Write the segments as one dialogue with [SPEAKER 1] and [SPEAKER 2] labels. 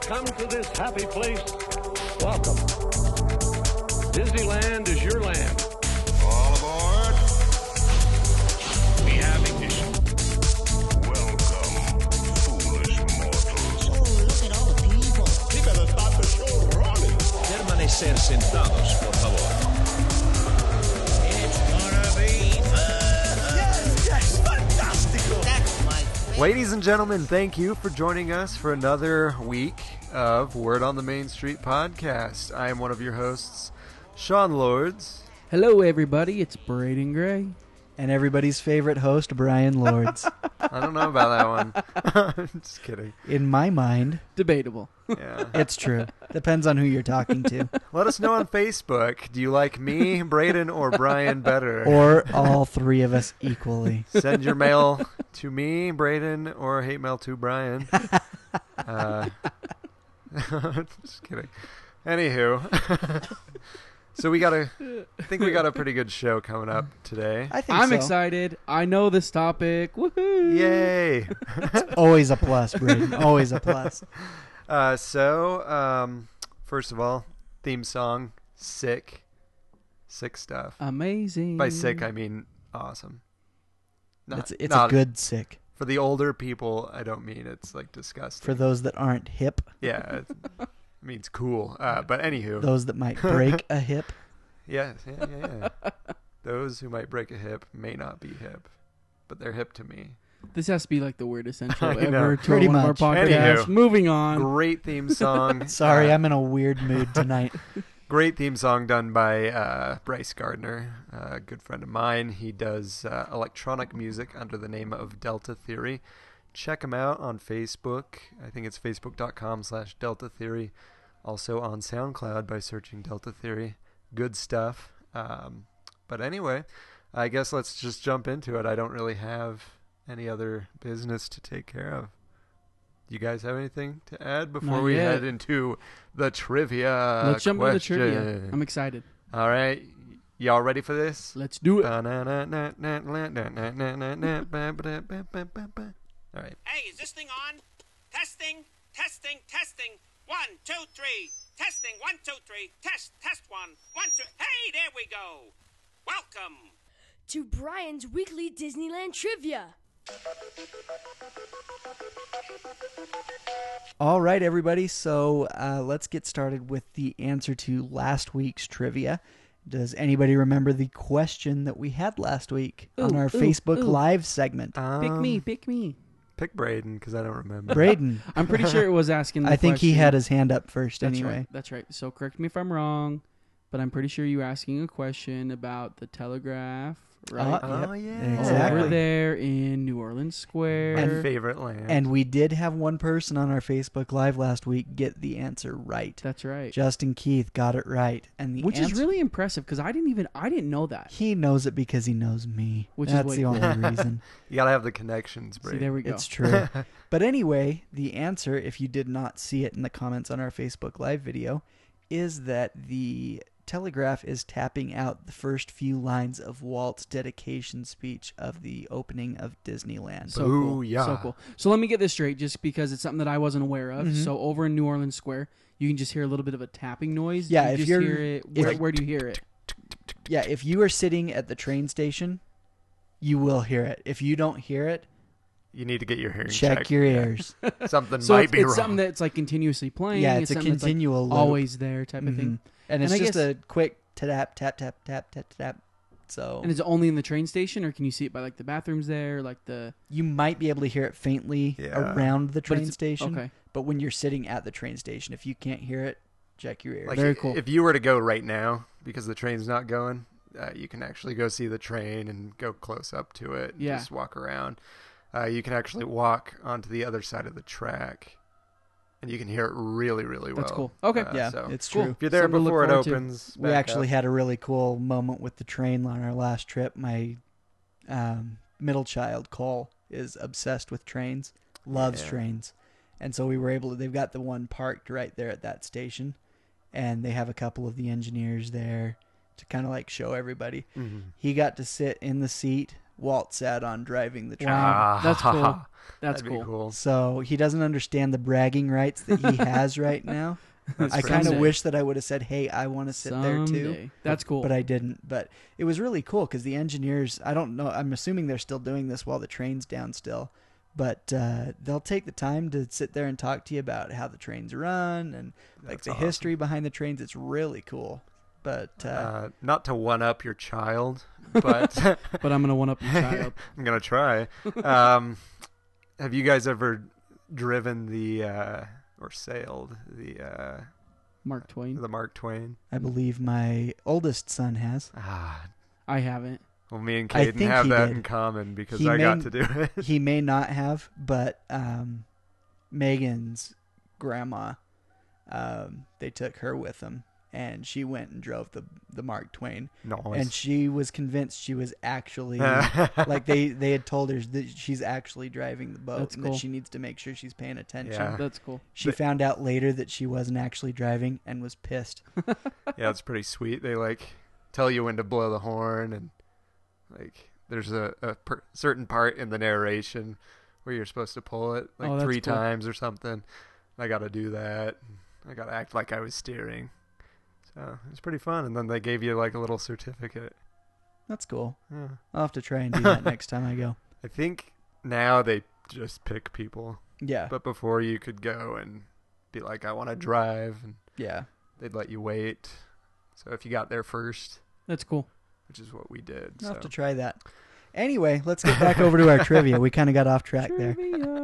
[SPEAKER 1] come to this happy place, welcome. Disneyland is your land.
[SPEAKER 2] All aboard. We have ignition. Welcome, foolish mortals.
[SPEAKER 3] Permanecer sentados, por favor.
[SPEAKER 2] uh,
[SPEAKER 4] Ladies and gentlemen, thank you for joining us for another week of Word on the Main Street podcast. I am one of your hosts, Sean Lords.
[SPEAKER 5] Hello, everybody. It's Braden Gray.
[SPEAKER 6] and everybody's favorite host, Brian Lords.
[SPEAKER 4] I don't know about that one. I'm just kidding.
[SPEAKER 6] In my mind,
[SPEAKER 5] Debatable.
[SPEAKER 4] Yeah.
[SPEAKER 6] it's true. Depends on who you're talking to,
[SPEAKER 4] Let us know on Facebook. Do you like me, Braden, or Brian better?
[SPEAKER 6] or all three of us equally.
[SPEAKER 4] send your mail to me, Braden, or hate mail to Brian. Uh, just kidding. Anywho, so we got a, I think we got a pretty good show coming up today.
[SPEAKER 6] I think
[SPEAKER 5] I'm
[SPEAKER 6] so.
[SPEAKER 5] excited. I know this topic. Woohoo!
[SPEAKER 4] Yay!
[SPEAKER 6] Always a plus, Braden. Always a plus.
[SPEAKER 4] Uh, so, um, first of all, theme song, sick, sick stuff.
[SPEAKER 5] Amazing.
[SPEAKER 4] By sick, I mean awesome. Not,
[SPEAKER 6] Mm. It's, it's a
[SPEAKER 4] not-
[SPEAKER 6] good sick
[SPEAKER 4] for the older people. I don't mean it's like disgusting.
[SPEAKER 6] for those that aren't hip,
[SPEAKER 4] yeah, it means cool. Uh, but anywho,
[SPEAKER 6] those that might break a hip.
[SPEAKER 4] yes, yeah, yeah, yeah. Those who might break a hip may not be hip, but they're hip to me.
[SPEAKER 5] This has to be like the weirdest intro
[SPEAKER 4] I know.
[SPEAKER 5] ever to
[SPEAKER 6] Pretty
[SPEAKER 5] one of our
[SPEAKER 6] much.
[SPEAKER 5] podcasts.
[SPEAKER 4] Anywho.
[SPEAKER 5] Moving on.
[SPEAKER 4] Great theme song.
[SPEAKER 6] Sorry,
[SPEAKER 4] uh,
[SPEAKER 6] I'm in a weird mood tonight.
[SPEAKER 4] Great theme song done by uh, Bryce Gardner, a good friend of mine. He does uh, electronic music under the name of Delta Theory. Check him out on Facebook. I think it's facebook.com slash Delta Theory. Also on SoundCloud by searching Delta Theory. Good stuff. Um, but anyway, I guess let's just jump into it. I don't really have any other business to take care of. You guys have anything to add before
[SPEAKER 5] Not
[SPEAKER 4] we
[SPEAKER 5] yet.
[SPEAKER 4] head into the trivia?
[SPEAKER 5] Let's jump into the
[SPEAKER 4] Uh, question.
[SPEAKER 5] trivia. I'm excited.
[SPEAKER 4] All right, y'all ready for this?
[SPEAKER 5] Let's do it.
[SPEAKER 4] All right.
[SPEAKER 7] Hey, is this thing on? Testing, testing, testing. One, two, three. Testing, one, two, three. Test, test one, one, two. Hey, there we go. Welcome.
[SPEAKER 8] to Brian's weekly Disneyland trivia.
[SPEAKER 6] All right, everybody. So uh, let's get started with the answer to last week's trivia. Does anybody remember the question that we had last week on
[SPEAKER 5] Ooh,
[SPEAKER 6] our
[SPEAKER 5] ooh,
[SPEAKER 6] Facebook
[SPEAKER 5] ooh.
[SPEAKER 6] Live segment?
[SPEAKER 5] pick
[SPEAKER 4] Um,
[SPEAKER 5] me. Pick me.
[SPEAKER 4] Pick Braden because I don't remember.
[SPEAKER 6] Braden,
[SPEAKER 5] I'm pretty sure it was asking. The
[SPEAKER 6] I think he
[SPEAKER 5] question.
[SPEAKER 6] had his hand up first
[SPEAKER 5] That's
[SPEAKER 6] anyway.
[SPEAKER 5] right. That's right. So correct me if I'm wrong, but I'm pretty sure you were asking a question about the telegraph, right?
[SPEAKER 6] Uh,
[SPEAKER 4] oh
[SPEAKER 6] Yep.
[SPEAKER 4] yeah,
[SPEAKER 6] Exactly.
[SPEAKER 5] Over there in New Orleans Square.
[SPEAKER 4] My favorite land.
[SPEAKER 6] And we did have one person on our Facebook Live last week get the answer right.
[SPEAKER 5] That's right.
[SPEAKER 6] Justin Keith got it right, and the
[SPEAKER 5] Which
[SPEAKER 6] answer,
[SPEAKER 5] is really impressive because I didn't even I didn't know that.
[SPEAKER 6] he knows it because he knows me.
[SPEAKER 5] Which is
[SPEAKER 6] That's
[SPEAKER 5] way
[SPEAKER 6] the
[SPEAKER 5] cool.
[SPEAKER 6] only reason.
[SPEAKER 4] you gotta have the connections,
[SPEAKER 5] See,
[SPEAKER 4] Braden.
[SPEAKER 5] there we go.
[SPEAKER 6] It's true. but anyway, the answer, if you did not see it in the comments on our Facebook Live video, is that the Telegraph is tapping out the first few lines of Walt's dedication speech of the opening of Disneyland.
[SPEAKER 5] so cool.
[SPEAKER 4] Booyah.
[SPEAKER 5] So cool. So let me get this straight, just because it's something that I wasn't aware of.
[SPEAKER 6] Mm-hmm.
[SPEAKER 5] So over in New Orleans Square, you can just hear a little bit of a tapping noise.
[SPEAKER 6] Yeah,
[SPEAKER 5] you
[SPEAKER 6] if
[SPEAKER 5] just
[SPEAKER 6] you're-
[SPEAKER 5] hear it.
[SPEAKER 6] if-
[SPEAKER 5] Where, where do you hear it?
[SPEAKER 6] Yeah, if you are sitting at the train station, you will hear it. If you don't hear it,
[SPEAKER 4] You need to get your hearing
[SPEAKER 6] check, your
[SPEAKER 4] Yeah.
[SPEAKER 6] ears.
[SPEAKER 4] Something
[SPEAKER 5] So
[SPEAKER 4] might
[SPEAKER 5] it's,
[SPEAKER 4] be
[SPEAKER 5] it's
[SPEAKER 4] wrong.
[SPEAKER 5] something that's like continuously playing.
[SPEAKER 6] Yeah, it's a
[SPEAKER 5] something that's, like,
[SPEAKER 6] continual loop. Mm-hmm.
[SPEAKER 5] always there type of thing.
[SPEAKER 6] And it's
[SPEAKER 5] I
[SPEAKER 6] just
[SPEAKER 5] guess-
[SPEAKER 6] a quick tap tap tap tap tap tap. So
[SPEAKER 5] And is it only in the train station, or can you see it by like the bathrooms there, like the
[SPEAKER 6] you might be able to hear it faintly
[SPEAKER 4] Yeah.
[SPEAKER 6] around the train
[SPEAKER 5] it's-
[SPEAKER 6] station.
[SPEAKER 5] okay.
[SPEAKER 6] But when you're sitting at the train station, if you can't hear it, check your ears.
[SPEAKER 4] Like,
[SPEAKER 5] Very cool.
[SPEAKER 4] If you were to go right now because the train's not going, uh, you can actually go see the train and go close up to it. And
[SPEAKER 5] Yeah.
[SPEAKER 4] Just walk around. Uh, you can actually walk onto the other side of the track, and you can hear it really, really well.
[SPEAKER 5] That's cool. Okay.
[SPEAKER 4] Uh,
[SPEAKER 6] yeah,
[SPEAKER 4] so
[SPEAKER 6] it's
[SPEAKER 5] Cool.
[SPEAKER 6] true.
[SPEAKER 4] if you're there
[SPEAKER 5] Something to look
[SPEAKER 4] before it
[SPEAKER 5] forward to.
[SPEAKER 4] opens,
[SPEAKER 6] We
[SPEAKER 4] back
[SPEAKER 6] actually
[SPEAKER 4] up.
[SPEAKER 6] had a really cool moment with the train on our last trip. My um, middle child Cole is obsessed with trains, loves
[SPEAKER 4] Yeah.
[SPEAKER 6] trains, and so we were able. to They've got the one parked right there at that station, and they have a couple of the
[SPEAKER 4] Mm-hmm.
[SPEAKER 6] engineers there to kind of like show everybody. He got to sit in the seat Walt sat on driving the train.
[SPEAKER 5] Wow, that's cool. That's
[SPEAKER 4] That'd be
[SPEAKER 5] cool.
[SPEAKER 4] cool.
[SPEAKER 6] So he doesn't understand the bragging rights that he has right now. I kind of
[SPEAKER 5] Someday.
[SPEAKER 6] wish that I would have said, "Hey, I want to sit there too."
[SPEAKER 5] Someday. That's cool.
[SPEAKER 6] But I didn't. But it was really cool because the engineers. I don't know. I'm assuming they're still doing this while the train's down still. But uh, they'll take the time to sit there and talk to you about how the trains run and like
[SPEAKER 4] That's
[SPEAKER 6] the
[SPEAKER 4] awesome.
[SPEAKER 6] history behind the trains. It's really cool. But uh,
[SPEAKER 4] Uh, not to one up your child, but
[SPEAKER 5] but I'm gonna one up your child.
[SPEAKER 4] I'm gonna try. Um, have you guys ever driven the uh, or sailed the uh,
[SPEAKER 5] Mark Twain.
[SPEAKER 4] the Mark Twain?
[SPEAKER 6] I believe my oldest son has.
[SPEAKER 4] Ah,
[SPEAKER 5] I haven't.
[SPEAKER 4] well, me and
[SPEAKER 6] I
[SPEAKER 4] Caden
[SPEAKER 6] think
[SPEAKER 4] have
[SPEAKER 6] he
[SPEAKER 4] that
[SPEAKER 6] did.
[SPEAKER 4] in common because
[SPEAKER 6] He
[SPEAKER 4] I got
[SPEAKER 6] may-
[SPEAKER 4] to do it.
[SPEAKER 6] he may not have, but um, Megan's grandma, um, they took her with them, and she went and drove the the Mark Twain, and
[SPEAKER 4] Nice.
[SPEAKER 6] she was convinced she was actually like they they had told her that she's actually driving the boat
[SPEAKER 5] That's
[SPEAKER 6] and
[SPEAKER 5] cool.
[SPEAKER 6] that she needs to make sure she's paying attention.
[SPEAKER 4] Yeah.
[SPEAKER 5] That's cool.
[SPEAKER 6] She found out later that she wasn't actually driving and was pissed.
[SPEAKER 4] yeah, it's pretty sweet. They like tell you when to blow the horn, and like there's a, a per- certain part in the narration where you're supposed to pull it like
[SPEAKER 5] Oh,
[SPEAKER 4] three
[SPEAKER 5] that's cool.
[SPEAKER 4] times or something. I got to do that. I got to act like I was steering. So it's pretty fun. And then they gave you like a little certificate.
[SPEAKER 6] That's cool.
[SPEAKER 4] Yeah.
[SPEAKER 6] I'll have to try and do that next time I go.
[SPEAKER 4] I think now they just pick people,
[SPEAKER 6] Yeah,
[SPEAKER 4] but before you could go and be like, I want to drive, and
[SPEAKER 6] yeah.
[SPEAKER 4] they'd let you wait. So if you got there first,
[SPEAKER 5] That's cool.
[SPEAKER 4] which is what we did.
[SPEAKER 6] I'll have
[SPEAKER 4] so.
[SPEAKER 6] to try that. Anyway, let's get back over to our trivia. We kind of got off track there.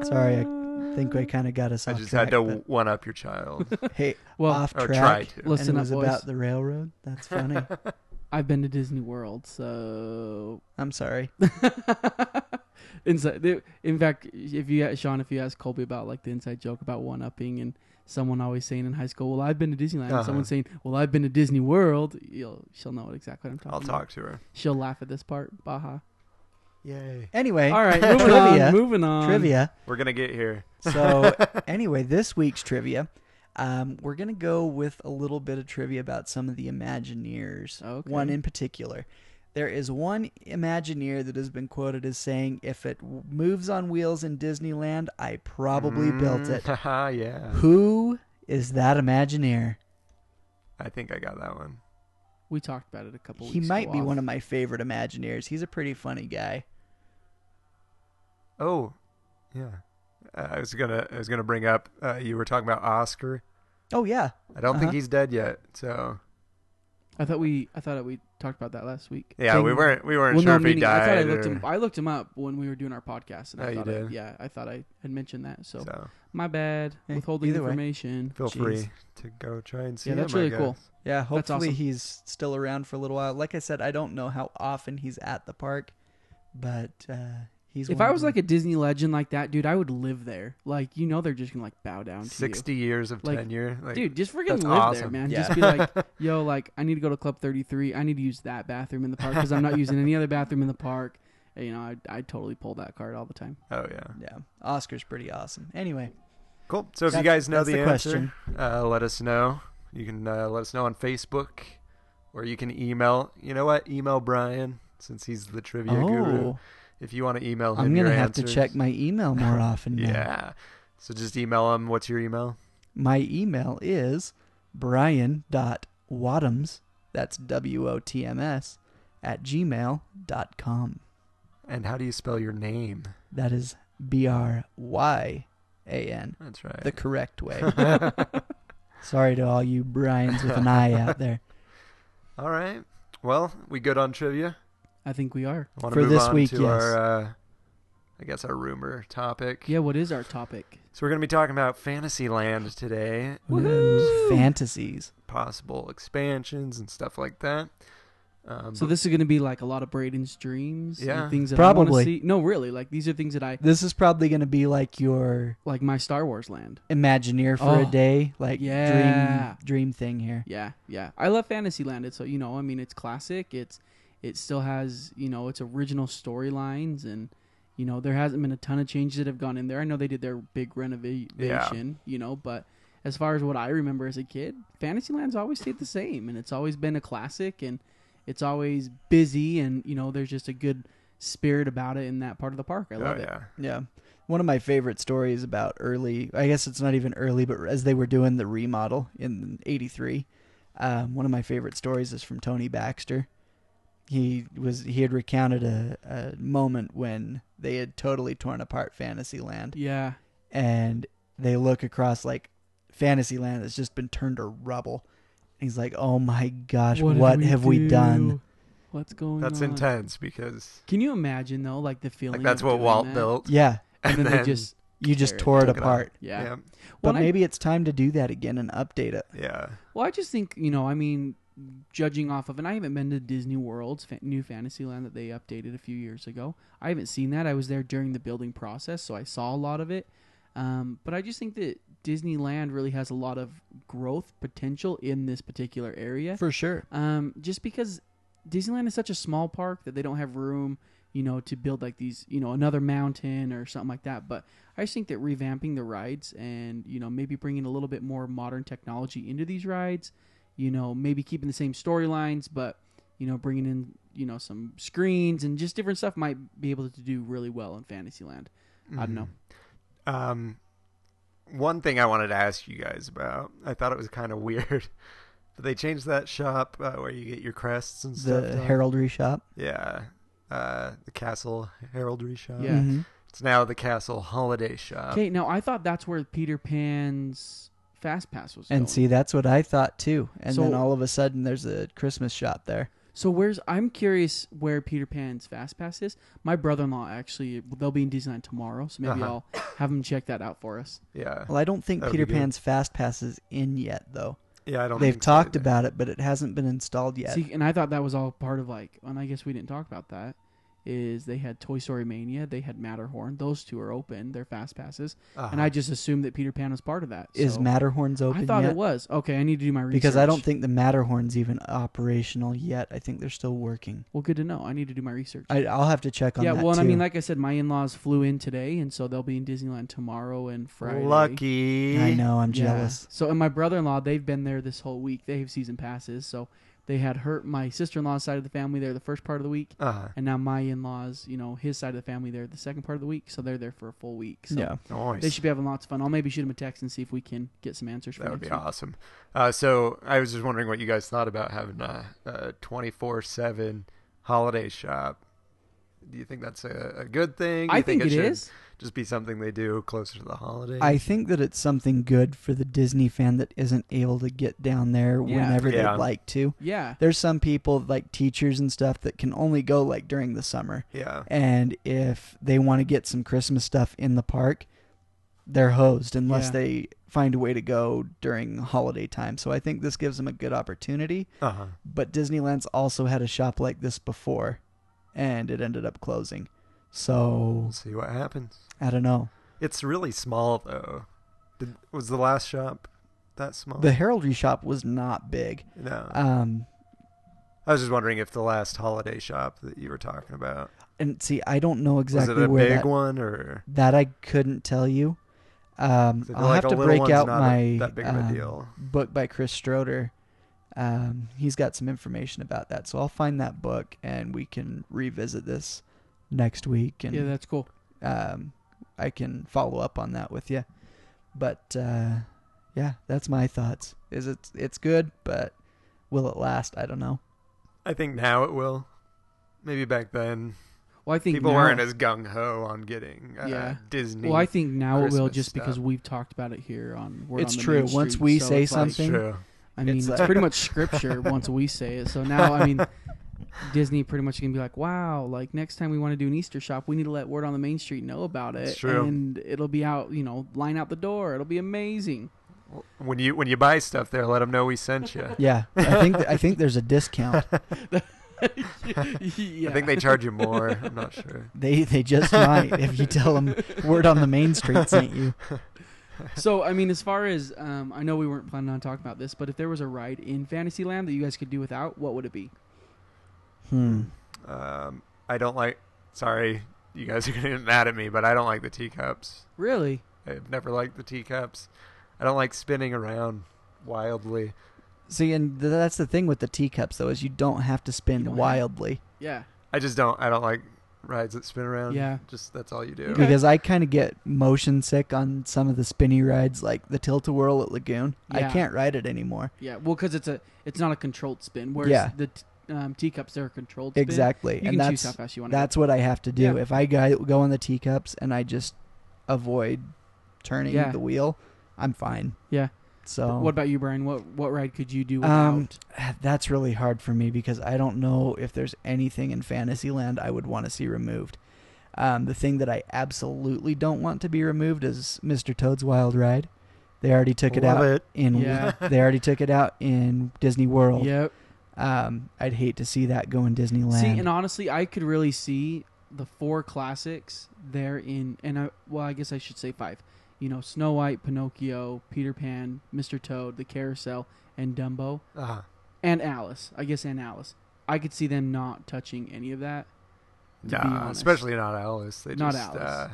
[SPEAKER 6] Sorry, I think we kind of got us
[SPEAKER 4] I
[SPEAKER 6] off
[SPEAKER 4] just
[SPEAKER 6] track.
[SPEAKER 4] had to
[SPEAKER 6] but
[SPEAKER 4] one up your child.
[SPEAKER 6] w- hey,
[SPEAKER 5] Well,
[SPEAKER 6] off
[SPEAKER 4] or
[SPEAKER 6] track.
[SPEAKER 4] try to.
[SPEAKER 6] and
[SPEAKER 5] Listen
[SPEAKER 6] it
[SPEAKER 5] up,
[SPEAKER 6] was
[SPEAKER 5] boys.
[SPEAKER 6] about the railroad. That's funny.
[SPEAKER 5] I've been to Disney World, so
[SPEAKER 6] I'm sorry.
[SPEAKER 5] inside. they- In fact, if you Sean, if you ask Colby about like the inside joke about one upping and someone always saying in high school, "Well, I've been to Disneyland,"
[SPEAKER 4] Uh-huh.
[SPEAKER 5] and someone saying, "Well, I've been to Disney World," you'll she'll know exactly what I'm talking.
[SPEAKER 4] I'll
[SPEAKER 5] about.
[SPEAKER 4] talk to her.
[SPEAKER 5] She'll laugh at this part. Baha.
[SPEAKER 4] Yay.
[SPEAKER 6] Anyway,
[SPEAKER 5] All right, um, moving
[SPEAKER 6] trivia.
[SPEAKER 5] on. Moving on.
[SPEAKER 6] Trivia.
[SPEAKER 4] We're going to get here.
[SPEAKER 6] So, anyway, this week's trivia, um, we're going to go with a little bit of trivia about some of the Imagineers.
[SPEAKER 5] Okay.
[SPEAKER 6] One in particular. There is one Imagineer that has been quoted as saying, If it w- moves on wheels in Disneyland, I probably built it.
[SPEAKER 4] Mm, Haha, yeah.
[SPEAKER 6] Who is that Imagineer?
[SPEAKER 4] I think I got that one.
[SPEAKER 5] We talked about it a couple.
[SPEAKER 6] He
[SPEAKER 5] weeks
[SPEAKER 6] might
[SPEAKER 5] ago
[SPEAKER 6] be
[SPEAKER 5] off.
[SPEAKER 6] one of my favorite Imagineers. He's a pretty funny guy.
[SPEAKER 4] Oh, yeah. Uh, I was gonna, I was gonna bring up. Uh, you were talking about Oscar.
[SPEAKER 6] Oh, yeah.
[SPEAKER 4] I don't
[SPEAKER 6] Uh-huh.
[SPEAKER 4] think he's dead yet. So
[SPEAKER 5] I thought we. I thought we talked about that last week.
[SPEAKER 4] yeah, we
[SPEAKER 6] Ding.
[SPEAKER 4] weren't, we weren't
[SPEAKER 5] Well,
[SPEAKER 4] sure
[SPEAKER 5] no,
[SPEAKER 4] if he
[SPEAKER 5] meaning, I thought I
[SPEAKER 4] died.
[SPEAKER 5] looked him.
[SPEAKER 4] or-
[SPEAKER 5] I looked him up when we were doing our podcast, and
[SPEAKER 4] Oh,
[SPEAKER 5] I
[SPEAKER 4] you
[SPEAKER 5] thought, I-
[SPEAKER 4] did?
[SPEAKER 5] yeah, I thought I had mentioned that. So,
[SPEAKER 4] so
[SPEAKER 5] my bad,
[SPEAKER 6] Hey,
[SPEAKER 5] withholding
[SPEAKER 6] either way.
[SPEAKER 5] information.
[SPEAKER 4] Eh, feel
[SPEAKER 6] Jeez.
[SPEAKER 4] free to go try and see.
[SPEAKER 5] Yeah, that's
[SPEAKER 4] him, I
[SPEAKER 5] really cool.
[SPEAKER 4] guess.
[SPEAKER 6] Yeah, hopefully
[SPEAKER 5] awesome.
[SPEAKER 6] he's still around for a little while. Like I said, I don't know how often he's at the park, but uh, he's.
[SPEAKER 5] If I was like a Disney legend like that, dude, I would live there. Like, you know, they're just gonna like bow down to
[SPEAKER 4] Sixty years of
[SPEAKER 5] Like,
[SPEAKER 4] tenure, like,
[SPEAKER 5] you, dude. Just freaking
[SPEAKER 4] that's
[SPEAKER 5] live there,
[SPEAKER 4] awesome.
[SPEAKER 5] man.
[SPEAKER 6] Yeah.
[SPEAKER 5] Just be like, yo, like, I need to go to Club Thirty Three. I need to use that bathroom in the park because I'm not using any other bathroom in the park. And, You know, I I totally pull that card all the time.
[SPEAKER 4] Oh yeah,
[SPEAKER 6] yeah, Oscar's pretty awesome. Anyway,
[SPEAKER 4] cool. So if you
[SPEAKER 6] That's-
[SPEAKER 4] guys know
[SPEAKER 6] that's
[SPEAKER 4] the,
[SPEAKER 6] the
[SPEAKER 4] answer, uh, let us know. You can uh, let us know on Facebook, or you can email. You know what? Email Brian since he's the trivia guru.
[SPEAKER 6] oh,
[SPEAKER 4] If you want to email him,
[SPEAKER 6] I'm gonna
[SPEAKER 4] your
[SPEAKER 6] have to
[SPEAKER 4] answers.
[SPEAKER 6] check my email more often. now.
[SPEAKER 4] Yeah. So just email him. What's your email?
[SPEAKER 6] my email is brian dot Wadhams. That's W O T M S at gmail dot com.
[SPEAKER 4] And how do you spell your name?
[SPEAKER 6] That is B R Y A N.
[SPEAKER 4] That's right.
[SPEAKER 6] the correct way. Sorry to all you Brian's with an eye out there.
[SPEAKER 4] All right. Well, we good on trivia.
[SPEAKER 5] I think we are.
[SPEAKER 4] Wanna
[SPEAKER 6] For
[SPEAKER 4] move
[SPEAKER 6] this
[SPEAKER 4] on
[SPEAKER 6] week,
[SPEAKER 4] to
[SPEAKER 6] yes.
[SPEAKER 4] our, uh, I guess our rumor topic.
[SPEAKER 5] Yeah. What is our topic?
[SPEAKER 4] So we're gonna be talking about Fantasyland today,
[SPEAKER 6] Ooh, Fantasies.
[SPEAKER 4] possible expansions and stuff like that. Um,
[SPEAKER 5] So this is going to be like a lot of Braden's dreams. and
[SPEAKER 4] Yeah.
[SPEAKER 5] things that I
[SPEAKER 6] Probably.
[SPEAKER 5] want to see. No, really, like these are things that I
[SPEAKER 6] This is probably going to be like your
[SPEAKER 5] like my Star Wars land.
[SPEAKER 6] Imagineer for a
[SPEAKER 5] Oh,
[SPEAKER 6] day, like
[SPEAKER 5] yeah.
[SPEAKER 6] dream dream thing here.
[SPEAKER 5] Yeah, yeah. I love Fantasyland. It's so you know, I mean, it's classic. It's it still has you know its original storylines, and you know there hasn't been a ton of changes that have gone in there. I know they did their big renovation, you know, but as far as what I remember as a kid, Fantasyland's always stayed the same, and it's always been a classic, and it's always busy, and you know there's just a good spirit about it in that part of the park. I
[SPEAKER 4] Oh
[SPEAKER 5] love it.
[SPEAKER 4] yeah.
[SPEAKER 6] Yeah. One of my favorite stories about early, I guess it's not even early, but as they were doing the remodel in 83, um, one of my favorite stories is from Tony Baxter. He was he had recounted a, a moment when they had totally torn apart Fantasyland
[SPEAKER 5] Yeah.
[SPEAKER 6] and they look across like Fantasyland that's just been turned to rubble. And he's like, "Oh my gosh, what,
[SPEAKER 5] did
[SPEAKER 6] have we
[SPEAKER 5] do?
[SPEAKER 6] done?"
[SPEAKER 5] What's going
[SPEAKER 4] That's
[SPEAKER 5] on?
[SPEAKER 4] intense because
[SPEAKER 5] Can you imagine though, like the feeling?
[SPEAKER 4] like that's
[SPEAKER 5] of
[SPEAKER 4] what
[SPEAKER 5] doing
[SPEAKER 4] Walt
[SPEAKER 5] that?
[SPEAKER 4] built.
[SPEAKER 6] Yeah,
[SPEAKER 5] and, then,
[SPEAKER 4] then
[SPEAKER 5] they just
[SPEAKER 6] you just
[SPEAKER 5] There,
[SPEAKER 6] tore it
[SPEAKER 4] took it out.
[SPEAKER 6] apart.
[SPEAKER 5] yeah.
[SPEAKER 4] yeah.
[SPEAKER 5] Well,
[SPEAKER 6] But
[SPEAKER 5] and I-
[SPEAKER 6] maybe it's time to do that again and update it.
[SPEAKER 4] Yeah.
[SPEAKER 5] Well, I just think you know, I mean, judging off of, and I haven't been to Disney World's fa- new Fantasyland that they updated a few years ago. I haven't seen that. I was there during the building process, so I saw a lot of it. Um, but I just think that Disneyland really has a lot of growth potential in this particular area.
[SPEAKER 6] For sure.
[SPEAKER 5] um, just because Disneyland is such a small park that they don't have room, you know, to build like these, you know, another mountain or something like that. But I just think that revamping the rides and you know maybe bringing a little bit more modern technology into these rides, you know, maybe keeping the same storylines, but you know, bringing in you know some screens and just different stuff might be able to do really well in Fantasyland. I don't know.
[SPEAKER 4] Um, one thing I wanted to ask you guys about, I thought it was kind of weird, but they changed that shop uh, where you get your crests and stuff.
[SPEAKER 6] the
[SPEAKER 4] done.
[SPEAKER 6] heraldry shop.
[SPEAKER 4] Yeah. Uh, the castle heraldry shop.
[SPEAKER 5] Yeah.
[SPEAKER 6] Mhm.
[SPEAKER 4] It's now the castle holiday shop.
[SPEAKER 5] Okay, now I thought that's where Peter Pan's Fast Pass was.
[SPEAKER 6] And
[SPEAKER 5] going.
[SPEAKER 6] see, that's what I thought too. And then
[SPEAKER 5] So-
[SPEAKER 6] all of a sudden, there's a Christmas shop there.
[SPEAKER 5] So where's I'm curious where Peter Pan's Fast Pass is. My brother-in-law actually they'll be in Disneyland tomorrow, so maybe
[SPEAKER 4] Uh-huh.
[SPEAKER 5] I'll have him check that out for us.
[SPEAKER 4] Yeah.
[SPEAKER 6] Well, I don't think
[SPEAKER 4] That'd be
[SPEAKER 6] Peter
[SPEAKER 4] good.
[SPEAKER 6] Pan's Fast Pass is in yet, though.
[SPEAKER 4] Yeah, I don't
[SPEAKER 6] They've
[SPEAKER 4] think so
[SPEAKER 6] talked
[SPEAKER 4] either.
[SPEAKER 6] about it, but it hasn't been installed yet.
[SPEAKER 5] See, and I thought that was all part of like, and I guess we didn't talk about that. Is they had Toy Story Mania, they had Matterhorn. Those two are open. They're Fast Passes, and I just assumed that Peter Pan was part of that.
[SPEAKER 6] Uh-huh. is
[SPEAKER 5] so-
[SPEAKER 6] Matterhorn's open
[SPEAKER 5] I thought
[SPEAKER 6] yet?
[SPEAKER 5] it was okay. I need to do my research
[SPEAKER 6] Because I don't think the Matterhorn's even operational yet. I think they're still working.
[SPEAKER 5] Well, good to know. I need to do my research.
[SPEAKER 6] I, I'll have to check on
[SPEAKER 5] yeah,
[SPEAKER 6] that
[SPEAKER 5] well, and I
[SPEAKER 6] too.
[SPEAKER 5] mean, like I said, my in-laws flew in today, and so they'll be in Disneyland tomorrow and Friday.
[SPEAKER 4] Lucky.
[SPEAKER 6] I know I'm
[SPEAKER 5] eh, Yeah.
[SPEAKER 6] jealous.
[SPEAKER 5] So, and my brother in law, they've been there this whole week. They have season passes. So, they had her, my sister in law's side of the family there the first part of the week.
[SPEAKER 4] Uh,
[SPEAKER 5] And now my in laws, you know, his side of the family there the second part of the week. So, they're there for a full week. So,
[SPEAKER 6] Yeah.
[SPEAKER 4] nice.
[SPEAKER 5] they should be having lots of fun. I'll maybe shoot him a text and see if we can get some answers for
[SPEAKER 4] That would
[SPEAKER 5] next
[SPEAKER 4] be
[SPEAKER 5] week.
[SPEAKER 4] awesome. Uh, so I was just wondering what you guys thought about having a a twenty four seven holiday shop. Do you think that's a, a good thing? Do
[SPEAKER 5] I
[SPEAKER 4] you
[SPEAKER 5] think it
[SPEAKER 4] should
[SPEAKER 5] is.
[SPEAKER 4] Just be something they do closer to the holiday.
[SPEAKER 6] I think that it's something good for the Disney fan that isn't able to get down there
[SPEAKER 5] Yeah.
[SPEAKER 6] whenever
[SPEAKER 4] Yeah.
[SPEAKER 6] they'd like to.
[SPEAKER 5] Yeah.
[SPEAKER 6] There's some people, like teachers and stuff, that can only go like during the summer.
[SPEAKER 4] yeah.
[SPEAKER 6] and if they want to get some Christmas stuff in the park, they're hosed unless
[SPEAKER 5] Yeah.
[SPEAKER 6] they find a way to go during holiday time. So I think this gives them a good opportunity.
[SPEAKER 4] Uh huh.
[SPEAKER 6] But Disneyland's also had a shop like this before, and it ended up closing. So
[SPEAKER 4] We'll see what happens.
[SPEAKER 6] I don't know.
[SPEAKER 4] It's really small though. Did, was the last shop that small?
[SPEAKER 6] The heraldry shop was not big.
[SPEAKER 4] no.
[SPEAKER 6] Um,
[SPEAKER 4] I was just wondering if the last holiday shop that you were talking about
[SPEAKER 6] and see, I don't know exactly
[SPEAKER 4] was it a
[SPEAKER 6] where
[SPEAKER 4] big
[SPEAKER 6] that,
[SPEAKER 4] one or
[SPEAKER 6] that I couldn't tell you. Um,
[SPEAKER 4] 'Cause I feel
[SPEAKER 6] I'll
[SPEAKER 4] like
[SPEAKER 6] have
[SPEAKER 4] a
[SPEAKER 6] to
[SPEAKER 4] little
[SPEAKER 6] break
[SPEAKER 4] one's
[SPEAKER 6] out
[SPEAKER 4] not a-
[SPEAKER 6] my
[SPEAKER 4] that big of a
[SPEAKER 6] um,
[SPEAKER 4] deal.
[SPEAKER 6] book by Chris Stroder. Um, he's got some information about that, so I'll find that book and we can revisit this next week, and
[SPEAKER 5] Yeah, that's cool.
[SPEAKER 6] um, I can follow up on that with you. But uh, yeah, that's my thoughts. Is it? It's good, but will it last? I don't know.
[SPEAKER 4] I think now it will. Maybe back then
[SPEAKER 5] Well, I think
[SPEAKER 4] people
[SPEAKER 5] now-
[SPEAKER 4] weren't as gung ho on getting uh,
[SPEAKER 5] Yeah.
[SPEAKER 4] Disney.
[SPEAKER 5] Well, I think now it will
[SPEAKER 4] Christmas
[SPEAKER 5] just because
[SPEAKER 4] stuff.
[SPEAKER 5] we've talked about it here on. Word
[SPEAKER 6] It's
[SPEAKER 5] on the
[SPEAKER 6] true.
[SPEAKER 5] Main
[SPEAKER 6] Once
[SPEAKER 5] Street,
[SPEAKER 6] we
[SPEAKER 5] so
[SPEAKER 6] say
[SPEAKER 5] it's like-
[SPEAKER 4] It's true.
[SPEAKER 5] I mean,
[SPEAKER 6] It's
[SPEAKER 5] it's,
[SPEAKER 6] like-
[SPEAKER 5] pretty much scripture once we say it. So now, I mean, Disney pretty much gonna be like, "Wow, like next time we want to do an Easter shop, we need to let Word on the Main Street know about it,
[SPEAKER 4] It's true.
[SPEAKER 5] and it'll be out, you know, line out the door. It'll be amazing."
[SPEAKER 4] When you when you buy stuff there, let them know we sent you.
[SPEAKER 6] Yeah, I think I think there's a discount.
[SPEAKER 5] yeah.
[SPEAKER 4] I think they charge you more. I'm not sure.
[SPEAKER 6] They they just might if you tell them word on the main street sent you.
[SPEAKER 5] so. I mean, as far as um, I know, we weren't planning on talking about this, but if there was a ride in Fantasyland that you guys could do without, what would it be?
[SPEAKER 6] Hmm.
[SPEAKER 4] Um, I don't like. Sorry, you guys are gonna get mad at me, but I don't like the teacups.
[SPEAKER 5] Really?
[SPEAKER 4] I've never liked the teacups. I don't like spinning around wildly.
[SPEAKER 6] See, and th- that's the thing with the teacups, though, is you don't have to spin
[SPEAKER 5] don't have-
[SPEAKER 6] wildly.
[SPEAKER 5] Yeah.
[SPEAKER 4] I just don't. I don't like rides that spin around.
[SPEAKER 5] Yeah.
[SPEAKER 4] Just that's all you do.
[SPEAKER 5] Okay.
[SPEAKER 6] because I kind of get motion sick on some of the spinny rides, like the tilt a whirl at Lagoon.
[SPEAKER 5] Yeah.
[SPEAKER 6] I can't ride it anymore.
[SPEAKER 5] Yeah, well, because it's a it's not a controlled spin. Whereas
[SPEAKER 6] Yeah.
[SPEAKER 5] the t- um, teacups they're a controlled spin.
[SPEAKER 6] Exactly,
[SPEAKER 5] You
[SPEAKER 6] and
[SPEAKER 5] can
[SPEAKER 6] that's
[SPEAKER 5] choose how fast you want.
[SPEAKER 6] That's what I have to do.
[SPEAKER 5] Yeah.
[SPEAKER 6] If I go, go on the teacups and I just avoid turning
[SPEAKER 5] Yeah.
[SPEAKER 6] the wheel, I'm fine.
[SPEAKER 5] Yeah.
[SPEAKER 6] So
[SPEAKER 5] What about you, Brian? What what ride could you do without?
[SPEAKER 6] Um, that's really hard for me because I don't know if there's anything in Fantasyland I would want to see removed. Um, the thing that I absolutely don't want to be removed is Mr. Toad's Wild Ride. They already took it
[SPEAKER 4] Love
[SPEAKER 6] out
[SPEAKER 4] it.
[SPEAKER 6] in
[SPEAKER 5] Yeah.
[SPEAKER 6] they already took it out in Disney World.
[SPEAKER 5] yep.
[SPEAKER 6] Um, I'd hate to see that go in Disneyland.
[SPEAKER 5] See, and honestly, I could really see the four classics there in, and I well, I guess I should say five. You know, Snow White, Pinocchio, Peter Pan, Mr. Toad, the Carousel, and Dumbo,
[SPEAKER 4] Uh-huh.
[SPEAKER 5] and Alice. I guess and Alice. I could see them not touching any of that. To be
[SPEAKER 4] Nah,
[SPEAKER 5] honest.
[SPEAKER 4] especially not Alice. They
[SPEAKER 5] Not
[SPEAKER 4] just
[SPEAKER 5] Alice.
[SPEAKER 4] uh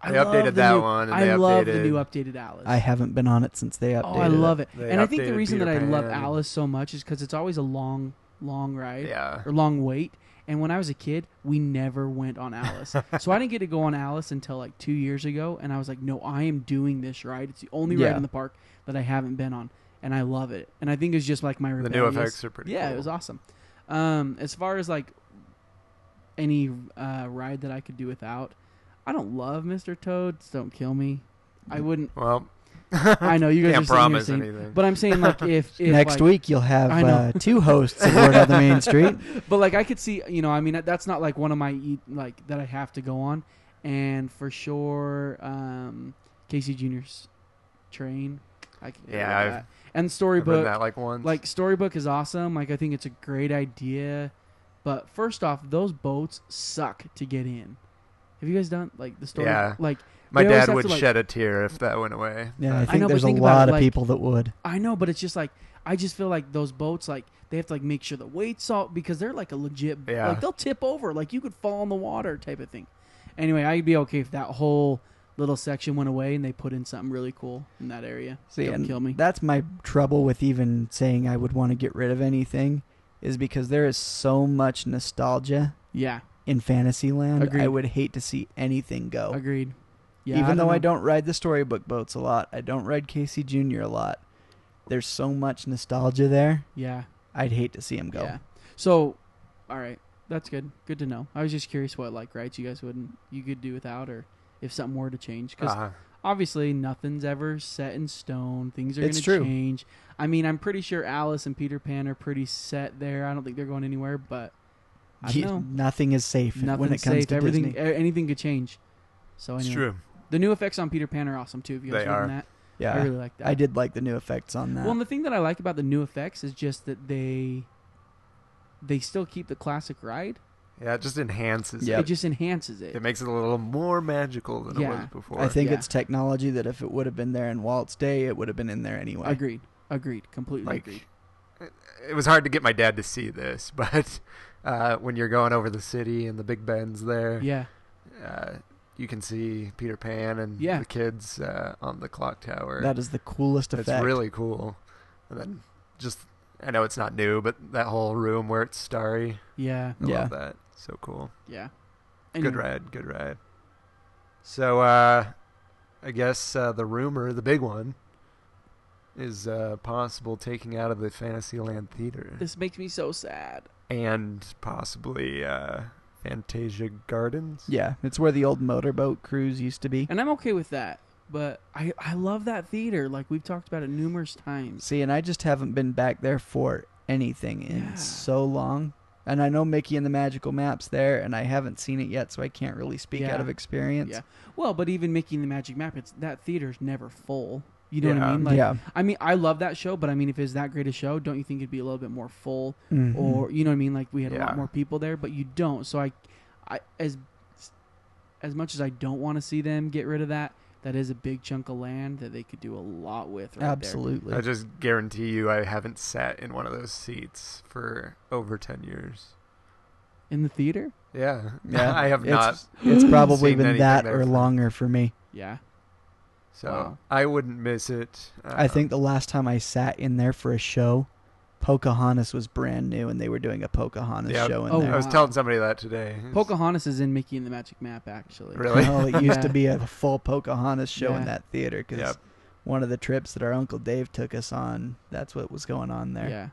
[SPEAKER 5] I
[SPEAKER 4] They
[SPEAKER 5] love
[SPEAKER 4] updated
[SPEAKER 5] the
[SPEAKER 4] that
[SPEAKER 5] new-
[SPEAKER 4] one, and
[SPEAKER 5] I
[SPEAKER 4] they
[SPEAKER 5] love the
[SPEAKER 4] updated-
[SPEAKER 5] new updated Alice.
[SPEAKER 6] I haven't been on it since they updated.
[SPEAKER 5] oh, I love it.
[SPEAKER 4] They
[SPEAKER 5] And I think the
[SPEAKER 4] updated
[SPEAKER 5] reason that
[SPEAKER 4] Peter
[SPEAKER 5] I love
[SPEAKER 4] Pan.
[SPEAKER 5] Alice so much is because it's always a long, long ride.
[SPEAKER 4] yeah.
[SPEAKER 5] or long wait. And when I was a kid, we never went on Alice. so I didn't get to go on Alice until like two years ago. And I was like, no, I am doing this ride. It's the only ride
[SPEAKER 6] Yeah.
[SPEAKER 5] in the park that I haven't been on. And I love it. And I think it's just like my
[SPEAKER 4] new
[SPEAKER 5] rebellious-
[SPEAKER 4] effects are pretty
[SPEAKER 5] Yeah, it
[SPEAKER 4] cool.
[SPEAKER 5] was awesome. Um, as far as like any uh, ride that I could do without, I don't love Mr. Toad. so Don't kill me. I wouldn't.
[SPEAKER 4] Well,
[SPEAKER 5] I know you
[SPEAKER 4] Mm. Can't
[SPEAKER 5] guys are sitting here
[SPEAKER 4] promise
[SPEAKER 5] saying-
[SPEAKER 4] anything.
[SPEAKER 5] but I'm saying like if, if
[SPEAKER 6] Next
[SPEAKER 5] like-
[SPEAKER 6] week you'll have
[SPEAKER 5] I know.
[SPEAKER 6] uh, two hosts of Word on the Main Street.
[SPEAKER 5] but like I could see, you know, I mean that's not like one of my e- like that I have to go on, and for sure, um, Casey Junior's train. I can
[SPEAKER 4] Yeah,
[SPEAKER 5] with
[SPEAKER 4] I've-
[SPEAKER 5] that.
[SPEAKER 4] I've
[SPEAKER 5] and
[SPEAKER 4] read
[SPEAKER 5] storybook.
[SPEAKER 4] that like once.
[SPEAKER 5] Like storybook is awesome. Like I think it's a great idea, but first off, those boats suck to get in. Have you guys done like the story?
[SPEAKER 4] Yeah.
[SPEAKER 5] Like
[SPEAKER 4] my
[SPEAKER 5] they always
[SPEAKER 4] dad
[SPEAKER 5] have
[SPEAKER 4] would
[SPEAKER 5] to, like-
[SPEAKER 4] shed a tear if that went away.
[SPEAKER 6] Yeah, I
[SPEAKER 4] But
[SPEAKER 6] think
[SPEAKER 5] know, but
[SPEAKER 6] there's a
[SPEAKER 5] think about
[SPEAKER 6] lot
[SPEAKER 5] it,
[SPEAKER 6] of
[SPEAKER 5] like-
[SPEAKER 6] people that would.
[SPEAKER 5] I know, but it's just like I just feel like those boats, like they have to like make sure the weight's all because they're like a legit,
[SPEAKER 4] Yeah.
[SPEAKER 5] like they'll tip over, like you could fall in the water type of thing. Anyway, I'd be okay if that whole little section went away and they put in something really cool in that area.
[SPEAKER 6] See,
[SPEAKER 5] Don't
[SPEAKER 6] and
[SPEAKER 5] kill me.
[SPEAKER 6] That's my trouble with even saying I would want to get rid of anything, is because there is so much nostalgia
[SPEAKER 5] yeah,
[SPEAKER 6] in Fantasyland.
[SPEAKER 5] Agreed.
[SPEAKER 6] I would hate to see anything go.
[SPEAKER 5] agreed. Yeah,
[SPEAKER 6] even though I
[SPEAKER 5] know.
[SPEAKER 6] don't ride the storybook boats a lot, I don't ride Casey Junior a lot. There's so much nostalgia there.
[SPEAKER 5] Yeah,
[SPEAKER 6] I'd hate to see him go.
[SPEAKER 5] yeah. So, all right, that's good. Good to know. I was just curious what like rights you guys wouldn't you could do without, or if something were to change. 'cause
[SPEAKER 4] uh,
[SPEAKER 5] obviously nothing's ever set in stone. Things are going
[SPEAKER 6] It's
[SPEAKER 5] to
[SPEAKER 6] true.
[SPEAKER 5] change. I mean, I'm pretty sure Alice and Peter Pan are pretty set there. I don't think they're going anywhere, but I don't
[SPEAKER 6] You-
[SPEAKER 5] know.
[SPEAKER 6] Nothing is safe
[SPEAKER 5] Nothing's
[SPEAKER 6] when it comes
[SPEAKER 5] safe.
[SPEAKER 6] to
[SPEAKER 5] Everything, e,
[SPEAKER 6] Disney.
[SPEAKER 5] a- anything could change. So
[SPEAKER 4] it's
[SPEAKER 5] anyway,
[SPEAKER 4] true.
[SPEAKER 5] the new effects on Peter Pan are awesome too. If you guys
[SPEAKER 4] They
[SPEAKER 5] read
[SPEAKER 4] are.
[SPEAKER 5] that,
[SPEAKER 6] Yeah,
[SPEAKER 5] I really like that.
[SPEAKER 6] I did like the new effects on that.
[SPEAKER 5] Well, and the thing that I like about the new effects is just that they they still keep the classic ride.
[SPEAKER 4] Yeah, it just enhances
[SPEAKER 6] Yep.
[SPEAKER 5] It just enhances it.
[SPEAKER 4] it. It makes it a little more magical than it
[SPEAKER 5] Yeah.
[SPEAKER 4] was before.
[SPEAKER 6] I think
[SPEAKER 5] yeah.
[SPEAKER 6] it's technology that if it would have been there in Walt's day, it would have been in there anyway.
[SPEAKER 5] agreed. Agreed. Completely
[SPEAKER 4] like
[SPEAKER 5] agreed.
[SPEAKER 4] it- it was hard to get my dad to see this, but uh, when you're going over the city and the Big Bend's there,
[SPEAKER 5] Yeah.
[SPEAKER 4] uh, you can see Peter Pan and
[SPEAKER 5] Yeah.
[SPEAKER 4] the kids uh, on the clock tower.
[SPEAKER 6] That is the coolest
[SPEAKER 4] it's
[SPEAKER 6] effect.
[SPEAKER 4] really cool. And then just I know it's not new, but that whole room where it's starry,
[SPEAKER 5] Yeah.
[SPEAKER 4] I
[SPEAKER 6] Yeah.
[SPEAKER 4] love that. So cool.
[SPEAKER 5] Yeah.
[SPEAKER 4] Good
[SPEAKER 5] Anyway.
[SPEAKER 4] ride, good ride. So uh, I guess uh, the rumor, the big one, is uh, possible taking out of the Fantasyland Theater.
[SPEAKER 5] This makes me so sad.
[SPEAKER 4] and possibly uh, Fantasia Gardens.
[SPEAKER 6] Yeah, it's where the old motorboat cruise used to be.
[SPEAKER 5] and I'm okay with that. But I I love that theater. Like we've talked about it numerous times.
[SPEAKER 6] See, and I just haven't been back there for anything in
[SPEAKER 5] Yeah.
[SPEAKER 6] so long. And I know Mickey and the Magical Map's there, and I haven't seen it yet, so I can't really speak
[SPEAKER 5] Yeah.
[SPEAKER 6] out of experience.
[SPEAKER 5] Yeah. Well, but even Mickey and the Magic Map, it's that theater's never full. You know what I
[SPEAKER 4] Yeah.
[SPEAKER 5] mean? Like,
[SPEAKER 6] Yeah.
[SPEAKER 5] I mean, I love that show, but I mean, if it's that great a show, don't you think it'd be a little bit more full,
[SPEAKER 6] Mhm.
[SPEAKER 5] or you know what I mean? Like we had a
[SPEAKER 4] Mm-hmm. Yeah.
[SPEAKER 5] lot more people there, but you don't. So I, I as as much as I don't want to see them get rid of that, that is a big chunk of land that they could do a lot with. Right there.
[SPEAKER 6] Absolutely.
[SPEAKER 4] I just guarantee you, I haven't sat in one of those seats for over ten years.
[SPEAKER 5] in the theater.
[SPEAKER 4] Yeah,
[SPEAKER 6] Yeah.
[SPEAKER 4] I have
[SPEAKER 6] It's-
[SPEAKER 4] not.
[SPEAKER 6] It's probably
[SPEAKER 4] seen
[SPEAKER 6] been
[SPEAKER 4] anything
[SPEAKER 6] that
[SPEAKER 4] there
[SPEAKER 6] or
[SPEAKER 4] for-
[SPEAKER 6] longer for me.
[SPEAKER 5] Yeah.
[SPEAKER 4] So
[SPEAKER 5] Wow.
[SPEAKER 4] I wouldn't miss it. Uh-huh.
[SPEAKER 6] I think the last time I sat in there for a show Pocahontas was brand new, and they were doing a Pocahontas
[SPEAKER 4] Yeah,
[SPEAKER 6] show in
[SPEAKER 5] Oh,
[SPEAKER 6] there.
[SPEAKER 4] Uh, I was
[SPEAKER 5] Wow.
[SPEAKER 4] telling somebody that today. It's-
[SPEAKER 5] Pocahontas is in Mickey and the Magic Map, actually.
[SPEAKER 4] Really?
[SPEAKER 6] Oh, it used to
[SPEAKER 5] Yeah.
[SPEAKER 6] be a full Pocahontas show in
[SPEAKER 5] Yeah.
[SPEAKER 6] that theater because
[SPEAKER 4] Yep.
[SPEAKER 6] one of the trips that our uncle Dave took us on, that's what was going on there.
[SPEAKER 5] Yeah.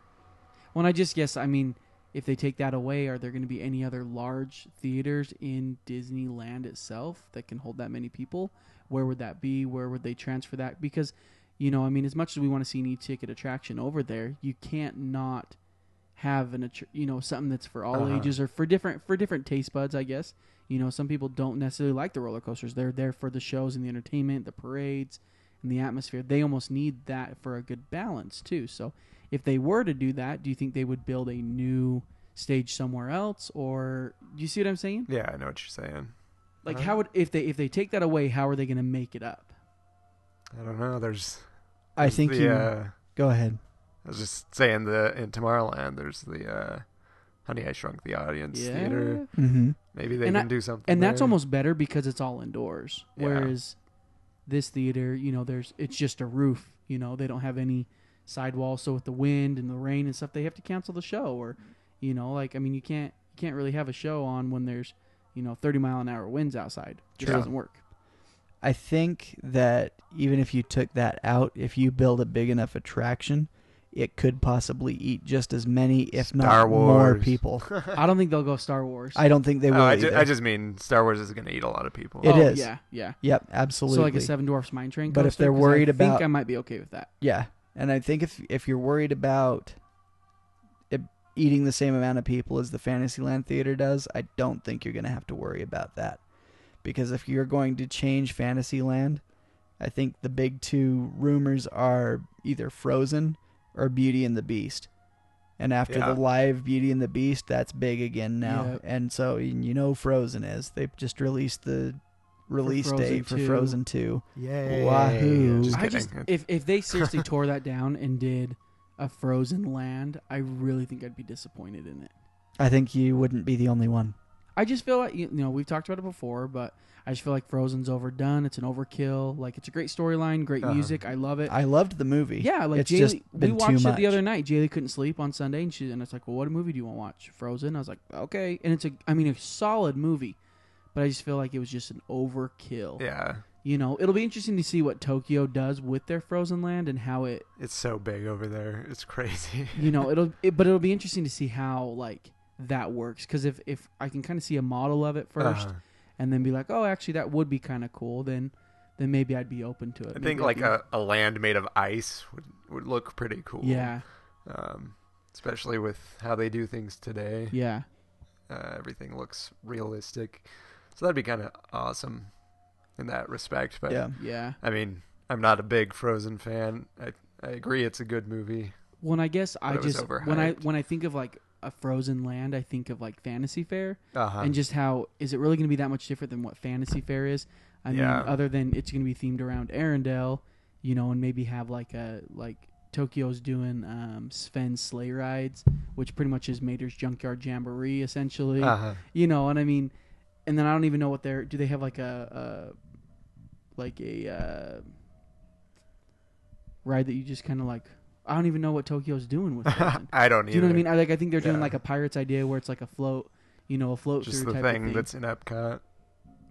[SPEAKER 5] Well, and I just guess I mean, if they take that away, are there going to be any other large theaters in Disneyland itself that can hold that many people? Where would that be? Where would they transfer that? Because, you know, I mean, as much as we want to see an e-ticket attraction over there, you can't not have an attr- you know something that's for all
[SPEAKER 4] Uh-huh.
[SPEAKER 5] ages or for different for different taste buds, I guess. You know, some people don't necessarily like the roller coasters. They're there for the shows and the entertainment, the parades, and the atmosphere. They almost need that for a good balance too. So, if they were to do that, do you think they would build a new stage somewhere else, or do you see what I'm saying?
[SPEAKER 4] Yeah, I know what you're saying.
[SPEAKER 5] Like,
[SPEAKER 4] Uh-huh.
[SPEAKER 5] how would if they if they take that away, how are they going to make it up?
[SPEAKER 4] I don't know. There's.
[SPEAKER 6] I
[SPEAKER 4] there's
[SPEAKER 6] think
[SPEAKER 4] the,
[SPEAKER 6] you
[SPEAKER 4] Uh,
[SPEAKER 6] go ahead.
[SPEAKER 4] I was just saying the in Tomorrowland. There's the uh, Honey I Shrunk the Audience
[SPEAKER 5] Yeah.
[SPEAKER 4] theater.
[SPEAKER 6] Mm-hmm.
[SPEAKER 4] Maybe they
[SPEAKER 5] And
[SPEAKER 4] can
[SPEAKER 5] I-
[SPEAKER 4] do something.
[SPEAKER 5] and that's
[SPEAKER 4] there.
[SPEAKER 5] almost better because it's all indoors
[SPEAKER 4] Yeah.
[SPEAKER 5] whereas this theater you know there's it's just a roof you know they don't have any sidewall so with the wind and the rain and stuff they have to cancel the show or you know like i mean you can't you can't really have a show on when there's you know 30 mile an hour winds outside it
[SPEAKER 4] True.
[SPEAKER 5] doesn't work
[SPEAKER 6] I think that even if you took that out, if you build a big enough attraction, it could possibly eat just as many, if
[SPEAKER 4] Star
[SPEAKER 6] not more
[SPEAKER 4] Wars.
[SPEAKER 6] people.
[SPEAKER 5] i don't think they'll go star wars
[SPEAKER 6] I don't think they will.
[SPEAKER 4] Oh, I, ju-
[SPEAKER 6] either.
[SPEAKER 4] I just mean Star Wars is going to eat a lot of people.
[SPEAKER 6] It
[SPEAKER 5] oh,
[SPEAKER 6] is.
[SPEAKER 5] yeah yeah
[SPEAKER 6] Yep, absolutely.
[SPEAKER 5] so like a seven dwarfs mine train
[SPEAKER 6] But if
[SPEAKER 5] coaster,
[SPEAKER 6] they're
[SPEAKER 5] 'cause I
[SPEAKER 6] worried about-
[SPEAKER 5] think i might be okay with that
[SPEAKER 6] Yeah, and I think if if you're worried about it eating the same amount of people as the Fantasyland Theater does, I don't think you're going to have to worry about that, because if you're going to change Fantasyland, I think the big two rumors are either Frozen or Beauty and the Beast. And after
[SPEAKER 4] Yeah.
[SPEAKER 6] the live Beauty and the Beast, that's big again now.
[SPEAKER 5] Yep.
[SPEAKER 6] And so and you know Frozen is. They've just released the release
[SPEAKER 5] Frozen
[SPEAKER 6] date for
[SPEAKER 5] 2.
[SPEAKER 6] Frozen 2.
[SPEAKER 4] Yay.
[SPEAKER 6] Wahoo.
[SPEAKER 4] Just
[SPEAKER 5] I
[SPEAKER 4] kidding.
[SPEAKER 5] just if if they seriously tore that down and did a frozen land, I really think I'd be disappointed in it.
[SPEAKER 6] I think you wouldn't be the only one.
[SPEAKER 5] I just feel like you know we've talked about it before, but I just feel like Frozen's overdone. It's an overkill. Like it's a great storyline, great
[SPEAKER 4] Uh-huh.
[SPEAKER 5] music. I love it.
[SPEAKER 6] I loved the movie.
[SPEAKER 5] yeah, like
[SPEAKER 6] it's just
[SPEAKER 5] Jaylee, we
[SPEAKER 6] been too
[SPEAKER 5] watched it
[SPEAKER 6] much.
[SPEAKER 5] the other night. Jaylee couldn't sleep on Sunday, and she and it's like, well, what movie do you want to watch? Frozen. I was like, okay, and it's a, I mean, a solid movie, but I just feel like it was just an overkill.
[SPEAKER 4] Yeah,
[SPEAKER 5] You know, it'll be interesting to see what Tokyo does with their Frozen Land and how it
[SPEAKER 4] it's so big over there. It's crazy.
[SPEAKER 5] you know it'll it, but it'll be interesting to see how like that works because if if i can kind of see a model of it 1st
[SPEAKER 4] Uh-huh.
[SPEAKER 5] and then be like oh actually that would be kind of cool then then maybe i'd be open to it
[SPEAKER 4] I
[SPEAKER 5] Maybe
[SPEAKER 4] think
[SPEAKER 5] I'd
[SPEAKER 4] like
[SPEAKER 5] be-
[SPEAKER 4] a, a land made of ice would, would look pretty cool.
[SPEAKER 5] yeah
[SPEAKER 4] Um, especially with how they do things today.
[SPEAKER 5] yeah
[SPEAKER 4] Uh, everything looks realistic. So that'd be kind of awesome in that respect. But
[SPEAKER 6] Yeah.
[SPEAKER 5] yeah
[SPEAKER 4] I mean, I'm not a big Frozen fan. I, I agree it's a good movie.
[SPEAKER 5] when i guess i
[SPEAKER 4] But it was
[SPEAKER 5] just when i
[SPEAKER 4] overhyped.
[SPEAKER 5] when i think of like a frozen land i think of like fantasy fair
[SPEAKER 4] Uh-huh.
[SPEAKER 5] and just how is it really going to be that much different than what fantasy fair is i mean
[SPEAKER 4] Yeah.
[SPEAKER 5] other than it's going to be themed around arendelle you know and maybe have like a like tokyo's doing um sven's sleigh rides which pretty much is mater's junkyard jamboree essentially
[SPEAKER 4] Uh-huh.
[SPEAKER 5] you know and i mean and then i don't even know what they're do they have like a, a like a uh ride that you just kind of like i don't even know what tokyo's doing with Frozen.
[SPEAKER 4] I don't either.
[SPEAKER 5] uh, Do you know what I mean? I like I think they're doing
[SPEAKER 4] Yeah.
[SPEAKER 5] like a pirates idea where it's like a float, you know, a float
[SPEAKER 4] Just
[SPEAKER 5] through
[SPEAKER 4] the
[SPEAKER 5] type
[SPEAKER 4] thing,
[SPEAKER 5] of thing.
[SPEAKER 4] that's in Epcot.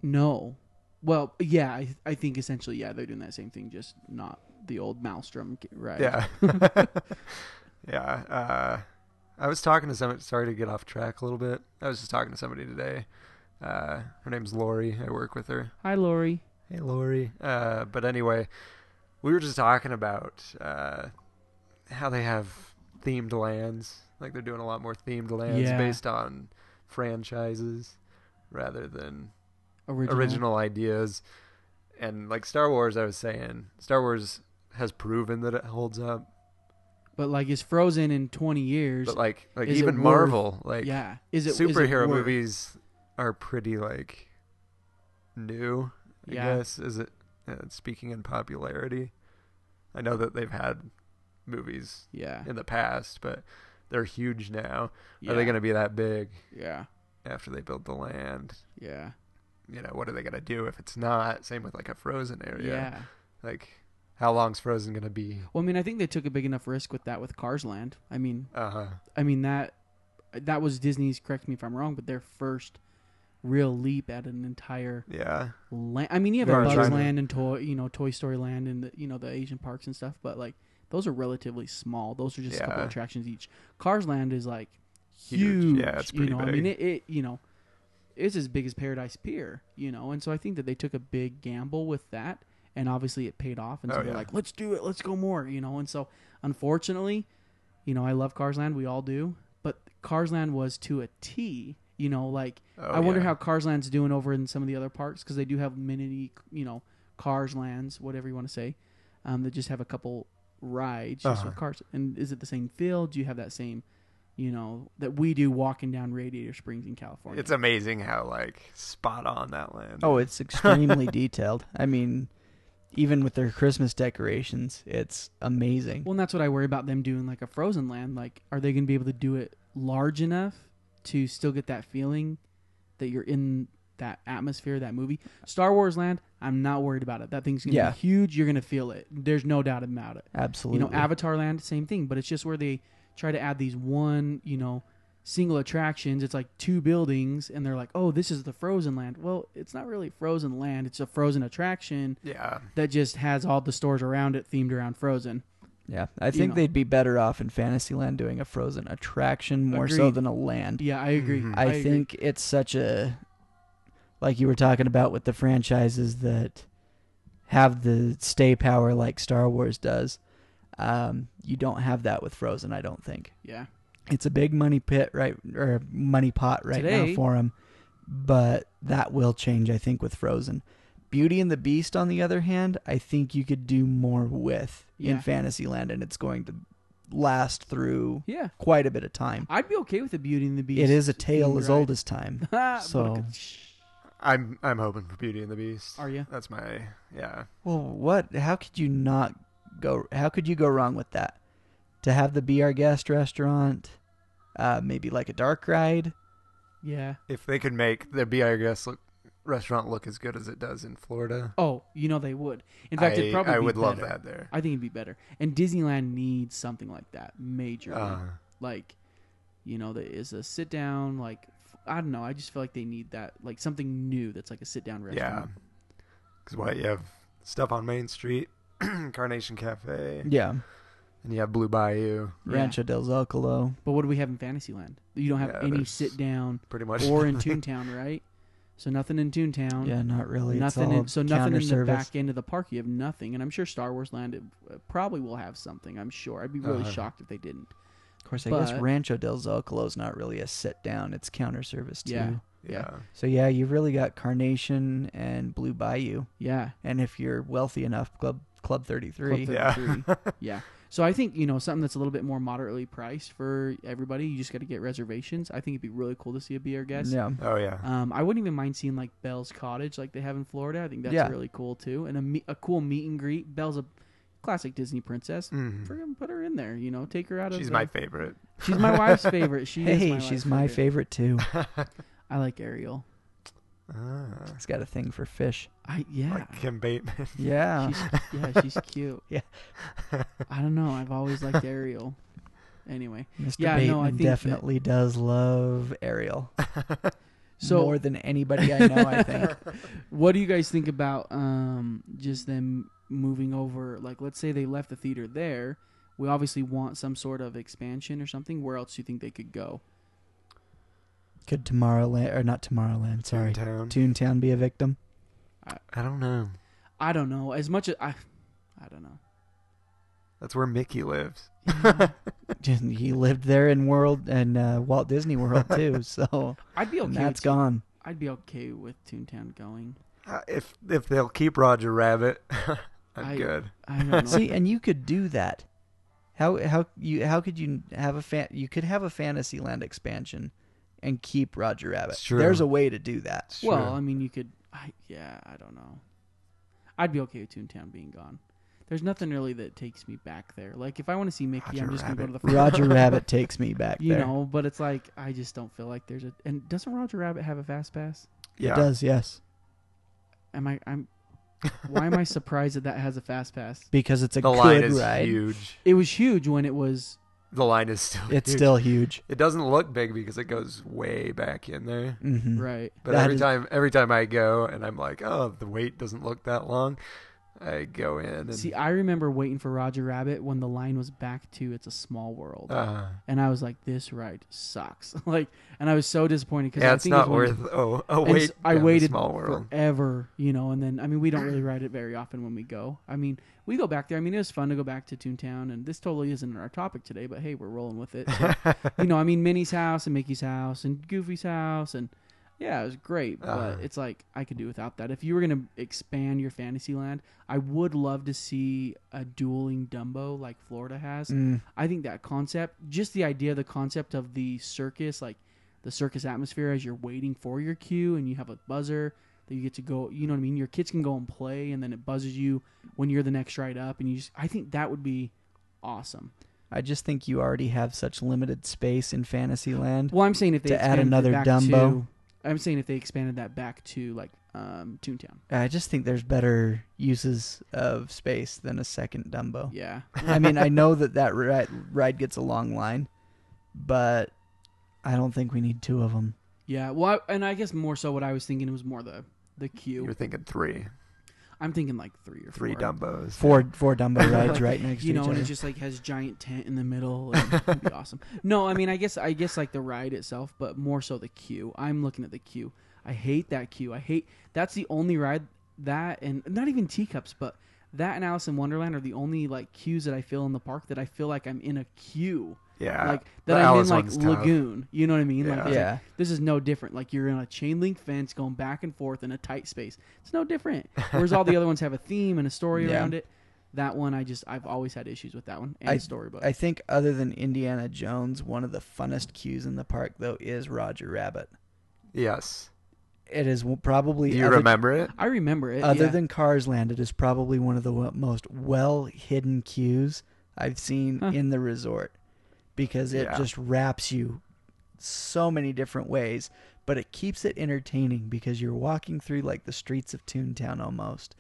[SPEAKER 5] no. Well, yeah, I, I think essentially yeah, they're doing that same thing, just not the old Maelstrom ki- ride.
[SPEAKER 4] Yeah. yeah. Uh, I was talking to somebody. Sorry to get off track a little bit. I was just talking to somebody today. Uh, her name's Lori. I work with her.
[SPEAKER 5] Hi, Lori.
[SPEAKER 4] Hey, Lori. Uh, but anyway, we were just talking about uh, how they have themed lands. Like they're doing a lot more themed lands
[SPEAKER 5] Yeah.
[SPEAKER 4] based on franchises rather than
[SPEAKER 5] Original.
[SPEAKER 4] original ideas. And like Star Wars, I was saying, Star Wars has proven that it holds up.
[SPEAKER 5] But like, is Frozen in twenty years?
[SPEAKER 4] but like like
[SPEAKER 5] is it
[SPEAKER 4] even
[SPEAKER 5] worth-
[SPEAKER 4] Marvel, like
[SPEAKER 5] yeah, is it is it
[SPEAKER 4] superhero
[SPEAKER 5] worth-
[SPEAKER 4] movies are pretty like new. I
[SPEAKER 5] Yeah.
[SPEAKER 4] guess is it uh, speaking in popularity. I know that they've had movies
[SPEAKER 5] Yeah,
[SPEAKER 4] in the past, but they're huge now.
[SPEAKER 5] yeah,
[SPEAKER 4] Are they going to be that big
[SPEAKER 5] Yeah,
[SPEAKER 4] after they build the land?
[SPEAKER 5] yeah,
[SPEAKER 4] You know, what are they going to do if it's not? Same with like a frozen area.
[SPEAKER 5] yeah.
[SPEAKER 4] Like How long's Frozen gonna be?
[SPEAKER 5] Well, I mean, I think they took a big enough risk with that with Cars Land. I mean,
[SPEAKER 4] Uh huh.
[SPEAKER 5] I mean that that was Disney's. Correct me if I'm wrong, but their first real leap at an entire
[SPEAKER 4] Yeah.
[SPEAKER 5] land. I mean, you have
[SPEAKER 4] Right,
[SPEAKER 5] a Buzz
[SPEAKER 4] right.
[SPEAKER 5] Land and toy, you know, Toy Story Land and the, you know the Asian parks and stuff, but like those are relatively small. Those are just a couple
[SPEAKER 4] Yeah.
[SPEAKER 5] attractions each. Cars Land is like huge.
[SPEAKER 4] Huge. Yeah, it's
[SPEAKER 5] you
[SPEAKER 4] pretty
[SPEAKER 5] know, I
[SPEAKER 4] big.
[SPEAKER 5] mean, it, it you know it's as big as Paradise Pier, you know, and so I think that they took a big gamble with that, and obviously it paid off, and so
[SPEAKER 4] Oh,
[SPEAKER 5] they're
[SPEAKER 4] yeah.
[SPEAKER 5] like, let's do it, let's go more, you know, and so unfortunately, you know, I love Cars Land, we all do, but Cars Land was to a T, you know, like
[SPEAKER 4] Oh,
[SPEAKER 5] I wonder
[SPEAKER 4] yeah.
[SPEAKER 5] how Cars Land's doing over in some of the other parks because they do have mini, you know, Cars Lands, whatever you want to say, um, that just have a couple rides just
[SPEAKER 4] Uh-huh.
[SPEAKER 5] with cars, and is it the same feel? Do you have that same? You know that we do walking down Radiator Springs in California.
[SPEAKER 4] It's amazing how like spot on that land.
[SPEAKER 6] Oh, it's extremely detailed. I mean, even with their Christmas decorations, it's amazing.
[SPEAKER 5] Well, and that's what I worry about them doing like a Frozen Land. Like, are they going to be able to do it large enough to still get that feeling that you're in that atmosphere, of that movie? Star Wars Land, I'm not worried about it. That thing's going to
[SPEAKER 6] Yeah.
[SPEAKER 5] be huge. You're going to feel it. There's no doubt about it.
[SPEAKER 6] Absolutely.
[SPEAKER 5] You know, Avatar Land, same thing, but it's just where they try to add these one, you know, single attractions. It's like two buildings, and they're like, oh, this is the Frozen Land. Well, it's not really Frozen Land, it's a Frozen attraction
[SPEAKER 4] yeah.
[SPEAKER 5] that just has all the stores around it themed around Frozen.
[SPEAKER 6] yeah, I think
[SPEAKER 5] know.
[SPEAKER 6] they'd be better off in Fantasyland doing a frozen attraction more so
[SPEAKER 5] Agreed.
[SPEAKER 6] than a land.
[SPEAKER 5] Yeah, I agree.
[SPEAKER 4] Mm-hmm.
[SPEAKER 6] I,
[SPEAKER 5] agree.
[SPEAKER 6] think it's such a like you were talking about with the franchises that have the stay power like Star Wars does. Um, you don't have that with Frozen, I don't think.
[SPEAKER 5] Yeah.
[SPEAKER 6] It's a big money pit right or money pot right now
[SPEAKER 5] Today-
[SPEAKER 6] for them, but that will change, I think, with Frozen. Beauty and the Beast, on the other hand, I think you could do more with in
[SPEAKER 5] Yeah.
[SPEAKER 6] Fantasyland, and it's going to last through
[SPEAKER 5] Yeah.
[SPEAKER 6] quite a bit of time.
[SPEAKER 5] I'd be okay with the Beauty and the Beast.
[SPEAKER 6] It is a tale
[SPEAKER 5] being
[SPEAKER 6] as
[SPEAKER 5] right.
[SPEAKER 6] old as time.
[SPEAKER 5] Ah,
[SPEAKER 6] so,
[SPEAKER 5] but-
[SPEAKER 4] I'm I'm hoping for Beauty and the Beast.
[SPEAKER 5] Are ya?
[SPEAKER 4] That's my yeah.
[SPEAKER 6] well, what? How could you not go? How could you go wrong with that? To have the be our guest restaurant, uh, maybe like a dark ride.
[SPEAKER 5] Yeah.
[SPEAKER 4] If they could make the Be Our Guest look, restaurant look as good as it does in Florida,
[SPEAKER 5] Oh, you know they would. In fact,
[SPEAKER 4] I-
[SPEAKER 5] it'd probably
[SPEAKER 4] I
[SPEAKER 5] be
[SPEAKER 4] would love
[SPEAKER 5] better.
[SPEAKER 4] that there.
[SPEAKER 5] I think it'd be better. And Disneyland needs something like that major.
[SPEAKER 4] Uh-huh.
[SPEAKER 5] Like, you know, there is a sit down. Like, f- I don't know. I just feel like they need that, like something new that's like a sit down
[SPEAKER 4] yeah.
[SPEAKER 5] restaurant.
[SPEAKER 4] Because what you have stuff on Main Street, Carnation Cafe,
[SPEAKER 6] Yeah,
[SPEAKER 4] and you have Blue Bayou,
[SPEAKER 6] Rancho del Zocalo.
[SPEAKER 5] But what do we have in Fantasyland? You don't have
[SPEAKER 4] Yeah,
[SPEAKER 5] any
[SPEAKER 4] there's
[SPEAKER 5] sit down
[SPEAKER 4] pretty much.
[SPEAKER 5] or in Toontown, right? So nothing in Toontown.
[SPEAKER 6] Yeah, not really.
[SPEAKER 5] nothing
[SPEAKER 6] it's all
[SPEAKER 5] in, so nothing in
[SPEAKER 6] counter
[SPEAKER 5] the
[SPEAKER 6] service.
[SPEAKER 5] back end of the park you have nothing and i'm sure star wars land it, uh, probably will have something i'm sure i'd be really
[SPEAKER 4] Uh-huh.
[SPEAKER 5] shocked if they didn't
[SPEAKER 6] Of course, I guess
[SPEAKER 5] but-
[SPEAKER 6] Rancho del Zocalo is not really a sit down; it's counter service too.
[SPEAKER 5] yeah
[SPEAKER 4] yeah.
[SPEAKER 6] So yeah, you really got Carnation and Blue Bayou,
[SPEAKER 5] yeah
[SPEAKER 6] and if you're wealthy enough, Club Club Thirty Three.
[SPEAKER 5] Club
[SPEAKER 4] Yeah.
[SPEAKER 5] 33. yeah so i think you know something that's a little bit more moderately priced for everybody you just got to get reservations i think it'd be really cool to see a beer guest
[SPEAKER 6] Yeah.
[SPEAKER 4] Oh yeah.
[SPEAKER 5] um, I wouldn't even mind seeing like Bell's Cottage, like they have in Florida. I think that's
[SPEAKER 6] Yeah.
[SPEAKER 5] really cool too, and a, me- a cool meet and greet. Belle's a classic Disney princess.
[SPEAKER 6] Mm.
[SPEAKER 5] Friggin' put her in there, you know, take her out
[SPEAKER 4] Mm-hmm. She's
[SPEAKER 5] of.
[SPEAKER 4] my
[SPEAKER 5] the-
[SPEAKER 4] favorite.
[SPEAKER 5] she's my wife's favorite. She is
[SPEAKER 6] Hey,
[SPEAKER 5] my
[SPEAKER 6] she's
[SPEAKER 5] wife's
[SPEAKER 6] my
[SPEAKER 5] favorite.
[SPEAKER 6] favorite too.
[SPEAKER 5] I like Ariel.
[SPEAKER 4] Ah,
[SPEAKER 6] She's got a thing for fish.
[SPEAKER 5] I yeah.
[SPEAKER 4] like Kim Bateman.
[SPEAKER 6] Yeah.
[SPEAKER 5] she's, yeah, she's cute.
[SPEAKER 6] Uh, Yeah.
[SPEAKER 5] I don't know. I've always liked Ariel. Anyway,
[SPEAKER 6] Mr.
[SPEAKER 5] yeah,
[SPEAKER 6] Bateman
[SPEAKER 5] no, I think that-
[SPEAKER 6] definitely does love Ariel
[SPEAKER 5] so
[SPEAKER 6] more than anybody I know. I think.
[SPEAKER 5] what do you guys think about um just them moving over like let's say they left the theater there we obviously want some sort of expansion or something where else do you think they could go
[SPEAKER 6] Could Tomorrowland or not Tomorrowland? Sorry,
[SPEAKER 4] Toontown.
[SPEAKER 6] Toontown be a victim?
[SPEAKER 4] I don't know.
[SPEAKER 5] i don't know as much as i i don't know
[SPEAKER 4] That's where Mickey lives.
[SPEAKER 5] Mm-hmm.
[SPEAKER 6] he lived there in World and uh, Walt Disney World too. So
[SPEAKER 5] i'd be okay
[SPEAKER 6] and
[SPEAKER 5] with,
[SPEAKER 6] that's gone.
[SPEAKER 5] i'd be okay with toontown going
[SPEAKER 4] Uh, if if they'll keep Roger Rabbit, I'm
[SPEAKER 5] I-
[SPEAKER 4] good.
[SPEAKER 5] i don't know
[SPEAKER 6] See, and you could do that. How how you how could you have a fan? You could have a Fantasyland expansion and keep Roger Rabbit.
[SPEAKER 4] It's true.
[SPEAKER 6] There's a way to do that.
[SPEAKER 4] Sure.
[SPEAKER 5] well i mean you could i yeah i don't know i'd be okay with toontown being gone there's nothing really that takes me back there like if i want to see mickey i'm
[SPEAKER 4] Roger
[SPEAKER 5] just gonna go to
[SPEAKER 4] Rabbit.
[SPEAKER 5] the front
[SPEAKER 6] Roger Rabbit takes me back
[SPEAKER 5] you
[SPEAKER 6] there.
[SPEAKER 5] know but it's like i just don't feel like there's a and doesn't roger rabbit have a fast pass
[SPEAKER 4] yeah.
[SPEAKER 6] It does, yes.
[SPEAKER 5] am i i'm Why am I surprised that that has a fast pass?
[SPEAKER 6] because it's a
[SPEAKER 4] The
[SPEAKER 6] good
[SPEAKER 4] line is
[SPEAKER 6] ride.
[SPEAKER 4] huge.
[SPEAKER 5] It was huge when it was.
[SPEAKER 4] The line is still.
[SPEAKER 6] It's
[SPEAKER 4] huge.
[SPEAKER 6] still huge.
[SPEAKER 4] It doesn't look big because it goes way back in there.
[SPEAKER 5] Mm,
[SPEAKER 6] hmm
[SPEAKER 5] Right.
[SPEAKER 4] But
[SPEAKER 6] That
[SPEAKER 4] every
[SPEAKER 6] is-
[SPEAKER 4] time, every time I go and I'm like, oh, the wait doesn't look that long. I go in and
[SPEAKER 5] See, I remember waiting for Roger Rabbit when the line was back to It's a Small World.
[SPEAKER 4] uh,
[SPEAKER 5] and I was like, "This ride sucks!" like, and I was so disappointed because
[SPEAKER 4] yeah,
[SPEAKER 5] I
[SPEAKER 4] it's
[SPEAKER 5] think
[SPEAKER 4] not
[SPEAKER 5] it was one of
[SPEAKER 4] worth.
[SPEAKER 5] the-
[SPEAKER 4] Oh, oh,
[SPEAKER 5] and
[SPEAKER 4] wait.
[SPEAKER 5] s- I
[SPEAKER 4] down the
[SPEAKER 5] waited
[SPEAKER 4] Small world.
[SPEAKER 5] forever, you know. And then, I mean, we don't really ride it very often when we go. I mean, we go back there. I mean, it was fun to go back to Toontown, and this totally isn't our topic today, but hey, we're rolling with it. So, you know, I mean, Minnie's house and Mickey's house and Goofy's house, and yeah, it was great.
[SPEAKER 4] Uh-huh.
[SPEAKER 5] But it's like I could do without that. If you were gonna expand your Fantasyland, I would love to see a dueling Dumbo like Florida has.
[SPEAKER 6] Mm.
[SPEAKER 5] I think that concept, just the idea, the concept of the circus, like the circus atmosphere as you're waiting for your cue and you have a buzzer that you get to go, you know what I mean? Your kids can go and play and then it buzzes you when you're the next ride up. And you just, I think that would be awesome.
[SPEAKER 6] I just think you already have such limited space in Fantasyland.
[SPEAKER 5] Well, I'm saying if they
[SPEAKER 6] To add
[SPEAKER 5] expanded it
[SPEAKER 6] another
[SPEAKER 5] back
[SPEAKER 6] Dumbo.
[SPEAKER 5] to- I'm saying if they expanded that back to like um, Toontown.
[SPEAKER 6] I just think there's better uses of space than a second Dumbo.
[SPEAKER 5] Yeah.
[SPEAKER 6] I mean, I know that that ride, ride gets a long line, but I don't think we need two of them.
[SPEAKER 5] Yeah. Well, I, and I guess more so what I was thinking was more the, the
[SPEAKER 4] You were
[SPEAKER 5] queue.
[SPEAKER 4] thining three,
[SPEAKER 5] I'm thinking like three or
[SPEAKER 4] three
[SPEAKER 5] four.
[SPEAKER 4] Dumbos.
[SPEAKER 6] Four four Dumbo rides
[SPEAKER 5] Like,
[SPEAKER 6] right next
[SPEAKER 5] you
[SPEAKER 6] to
[SPEAKER 5] know,
[SPEAKER 6] each
[SPEAKER 5] and
[SPEAKER 6] other.
[SPEAKER 5] it just like has giant tent in the middle. And it'd be awesome. No, I mean, I guess I guess like the ride itself, but more so the queue. I'm looking at the queue. I hate that queue. I hate that's the only ride that and not even teacups, but that and Alice in Wonderland are the only like queues that I feel in the park that I feel like I'm in a queue.
[SPEAKER 4] Yeah,
[SPEAKER 5] Like
[SPEAKER 4] the
[SPEAKER 5] that I'm
[SPEAKER 4] Alice
[SPEAKER 5] in like
[SPEAKER 4] one's tough.
[SPEAKER 5] lagoon. You know what I mean? Like,
[SPEAKER 4] Yeah.
[SPEAKER 5] it's like,
[SPEAKER 6] Yeah.
[SPEAKER 5] this is no different. Like you're in a chain link fence going back and forth in a tight space. It's no different. Whereas all the other ones have a theme and a story
[SPEAKER 6] Yeah.
[SPEAKER 5] around it. That one I just I've always had issues with that one and
[SPEAKER 6] I-
[SPEAKER 5] the storybook.
[SPEAKER 6] I think other than Indiana Jones, one of the funnest cues in the park though is Roger Rabbit.
[SPEAKER 4] Yes.
[SPEAKER 6] It is w- probably
[SPEAKER 4] Do you
[SPEAKER 6] other,
[SPEAKER 4] remember it?
[SPEAKER 5] I remember it.
[SPEAKER 6] other
[SPEAKER 5] Uh, yeah.
[SPEAKER 6] than Cars Land, it is probably one of the w- most well hidden cues I've seen
[SPEAKER 5] Huh.
[SPEAKER 6] in the resort because it
[SPEAKER 4] Yeah.
[SPEAKER 6] just wraps you so many different ways, but it keeps it entertaining because you're walking through like the streets of Toontown almost,